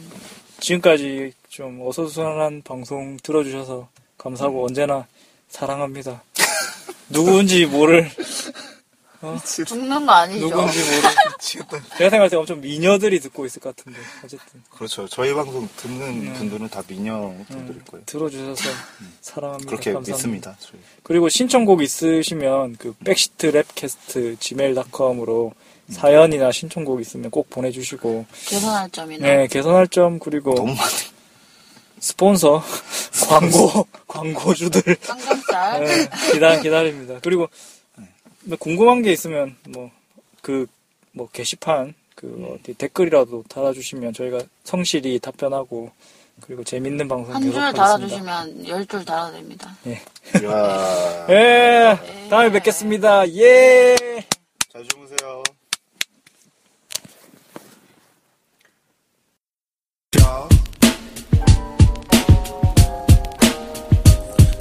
A: 지금까지 좀 어수선한 방송 들어주셔서
D: 음.
A: 감사하고 언제나 사랑합니다 누구인지 모를
C: 죽는 거 아니죠?
A: 누군지 모르. (laughs) 제가 생각할 때 엄청 미녀들이 듣고 있을 것 같은데 어쨌든
D: 그렇죠. 저희 방송 듣는
A: 음.
D: 분들은 다 미녀분들일 거예요.
A: 들어주셔서 사랑합니다.
D: 그렇게
A: 음. 감사합니다.
D: 믿습니다. 저희.
A: 그리고 신청곡 있으시면 그 백시트 랩캐스트 gmail.com으로 사연이나 신청곡 있으면 꼭 보내주시고
C: 개선할 점이나
A: 네 개선할 점 그리고
D: 너무 많이
B: (laughs)
A: (laughs) 스폰서 광고 광고주들
C: 쌍장살
A: 네, 기다 기다립니다. 그리고 뭐 궁금한 게 있으면 뭐 그 뭐 게시판 그
C: 음.
A: 어디 댓글이라도 달아주시면 저희가 성실히 답변하고 그리고 재밌는 방송
C: 한
A: 계속
C: 줄
A: 하겠습니다.
C: 달아주시면 열 줄 달아드립니다.
D: 이야.
A: 예, 다음에 뵙겠습니다. 예.
D: 잘 주무세요.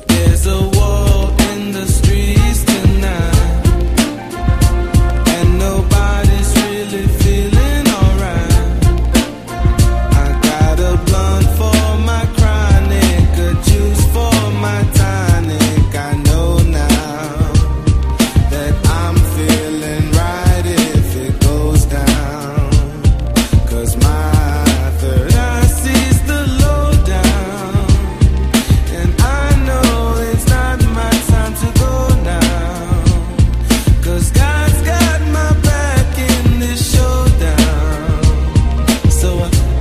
E: There's a war in the streets tonight, and nobody's really feeling alright. I got a blunt for my chronic, a juice for my tonic. I know now that I'm feeling right if it goes down. Cause my third eye sees the lowdown. And I know it's not my time to go now. Cause God's got my back in this showdown. So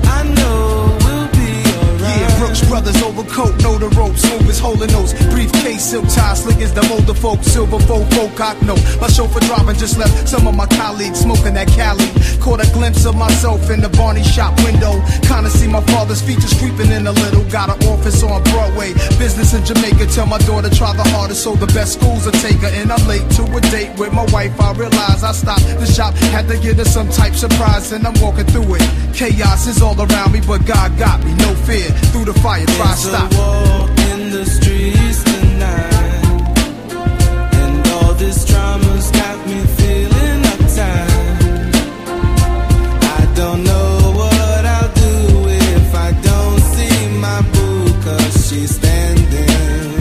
E: I know we'll be alright.
G: Yeah, Brooks Brothers overcoat, know the ropes, move his holding notes. Briefcase, silk tie, slick as the older folk, silver folk, folk cock note. My chauffeur driving just left some of my colleagues smoking that Cali. Caught a glimpse of myself in the Barney shop window. Kinda see my father's features creeping in a little. Got an office on Broadway, business in Jamaica. Tell my daughter try the hardest, so the best schools are take her. And I'm late to a date with my wife. I realize I stopped the shop, had to get her some type surprise, and I'm walking through it. Chaos is all around me, but God got me. No fear through the fire. Try
E: There's a
G: stop.
E: war in the streets tonight, and all this drama's got me feeling uptight. I don't know what I'll do if I don't see my boo, 'cause she's standing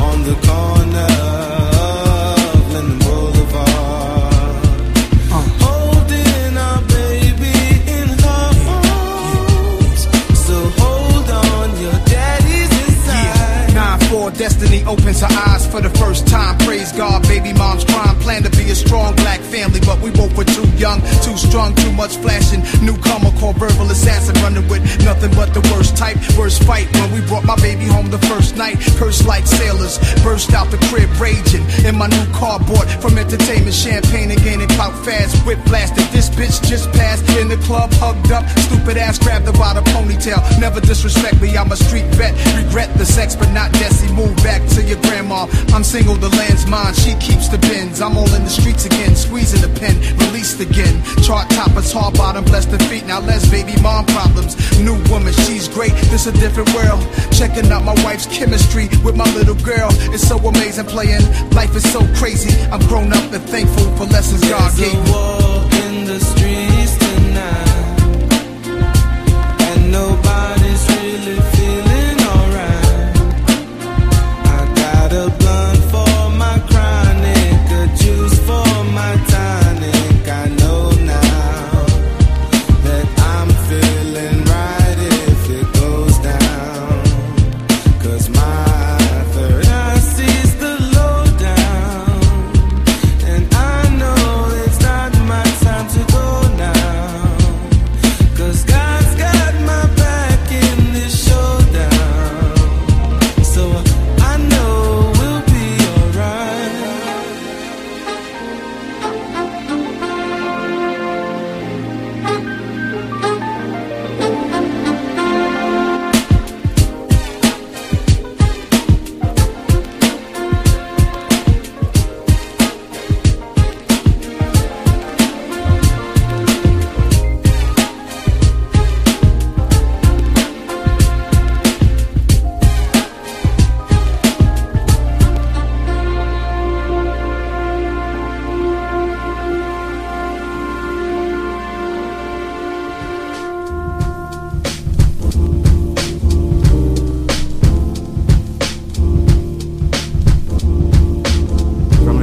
E: on the corner of Linden Boulevard, holding our baby in her arms. So hold on, your daddy's inside.
G: Nine four, destiny opens her eyes for the first time. Praise God, baby mom's crime. Plan to be a strong black family, but we both were too young, too strong, too much flashing. Newcomer called verbal assassin, running with nothing but the worst type. Worst fight when we brought my baby home the first night. Cursed like sailors, burst out the crib raging in my new cardboard from entertainment, champagne and gaining clout fast. Whip blasted, this bitch just passed in the club, hugged up, stupid ass grabbed her by the ponytail. Never disrespect me, I'm a street vet. Regret the sex, but not Desi. Move back to your grandma. I'm single, the land's mine. She keeps the bins. I'm all in the streets again, squeezing the pen, released again. Chart toppers, hard bottom, bless the feet. Now less baby mom problems. New woman, she's great. This a different world. Checking out my wife's chemistry with my little girl. It's so amazing playing. Life is so crazy. I'm grown up and thankful for lessons God
E: There's
G: gave
E: a
G: me.
E: war in the streets tonight,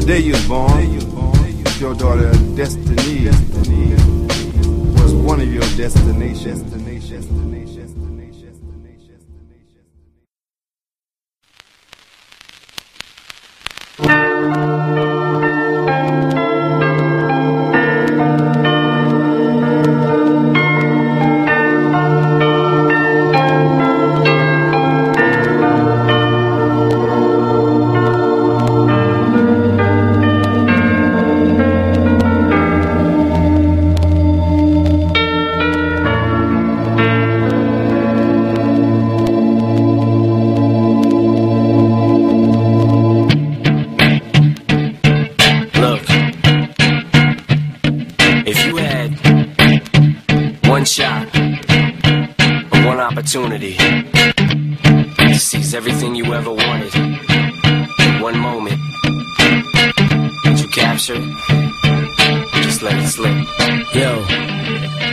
H: day you was born, your daughter destiny was one of your destinations.
E: Look, if you had one shot or one opportunity to seize everything you ever wanted in one moment that you captured, just let it slip. Yo.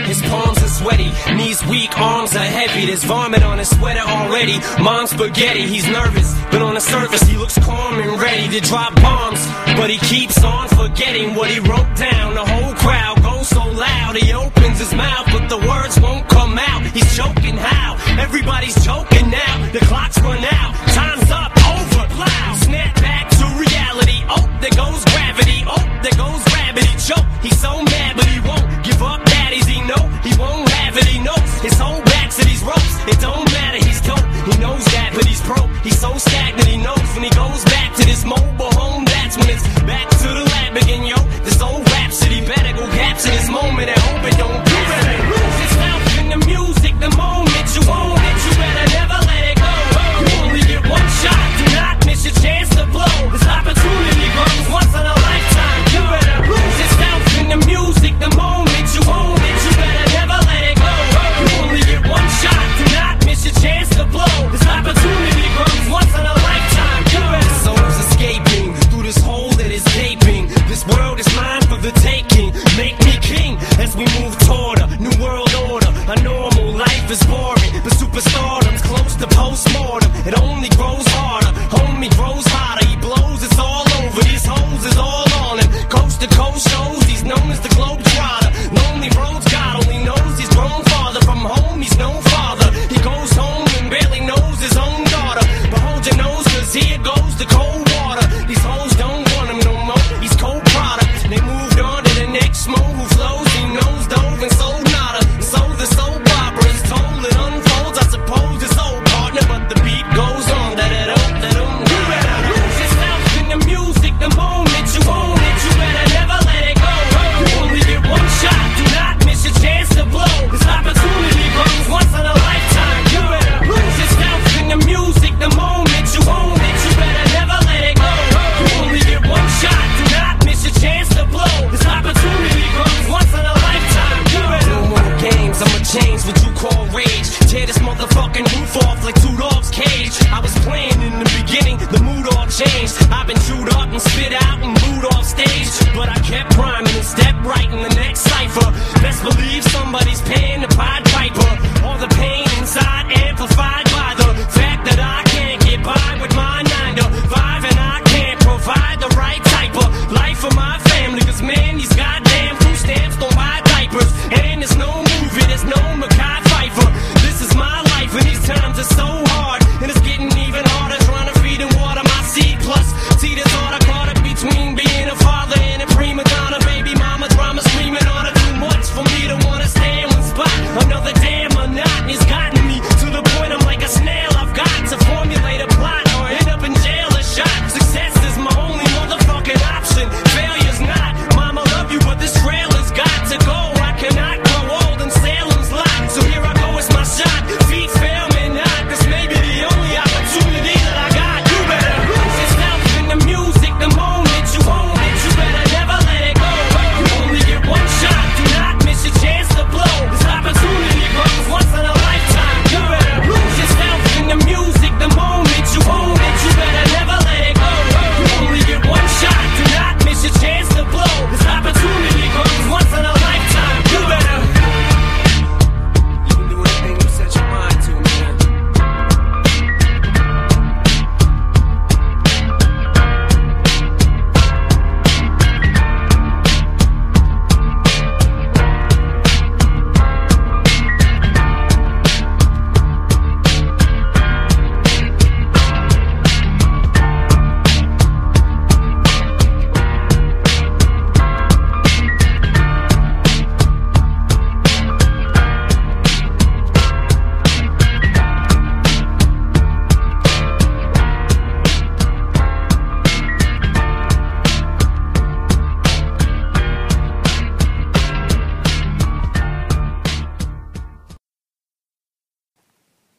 E: His palms are sweaty, knees weak, arms are heavy. There's vomit on his sweater already. Mom's spaghetti, he's nervous, but on the surface he looks calm and ready to drop bombs. But he keeps on forgetting what he wrote down. The whole crowd goes so loud, he opens his mouth, but the words won't come out. He's choking how? Everybody's choking now. The clock's run out, time's up, over. Loud, snap back to reality. Oh, there goes gravity. Oh, there goes rabbit. He choke. He's so mad, but he won't give up. Daddies, he know he won't have it. He knows his whole back to these ropes. It don't matter. He's dope. He knows that, but he's pro. He's so stagnant. He knows when he goes back to this mobile home. That's when it's back to the lab again, yo. This old rhapsody better go capture this moment and hope it don't do it. Lose yourself in the music. The moment you own it, you better never let it go. You only get one shot. Do not miss your chance to blow. This opportunity comes once in a lifetime. You better lose yourself in the music. The moment you own it, you better never let it go. You only get one shot. Do not miss your chance to blow. This opportunity comes once in a lifetime. You better souls escaping through this hole that is gaping. This world is mine for the taking. Make me king as we move toward a new world order. A normal life is boring, but superstardom's close to postmortem. It only grows harder. Homie grows hotter. He blows. It's all over. These hoes is all on him. Coast to coast shows. He's known as the globe trotter. Lonely roads. God only knows he's grown farther from home. He's no father. He goes home and barely knows his own daughter. But hold your nose, cause here goes the cold water. These hoes don't want him no more. He's cold product. They moved on to the next mo who flows. He knows dove and sold nada. So the soap opera is told. It unfolds. I suppose it's old partner, but the beat goes on. Da-da-dum, da-dum. You better lose yourself in the music the moment you own it. You better never let it go. You only get one shot. Do not miss your chance to blow. This opportunity comes once in a lifetime. You better lose yourself in the music the moment you own it. You better never let it go. You only get one shot. Do not miss your chance to blow. This opportunity comes once in a lifetime. You better no more games. I'ma change what you call rage. Tear this motherfucking roof off like two dogs cage. I was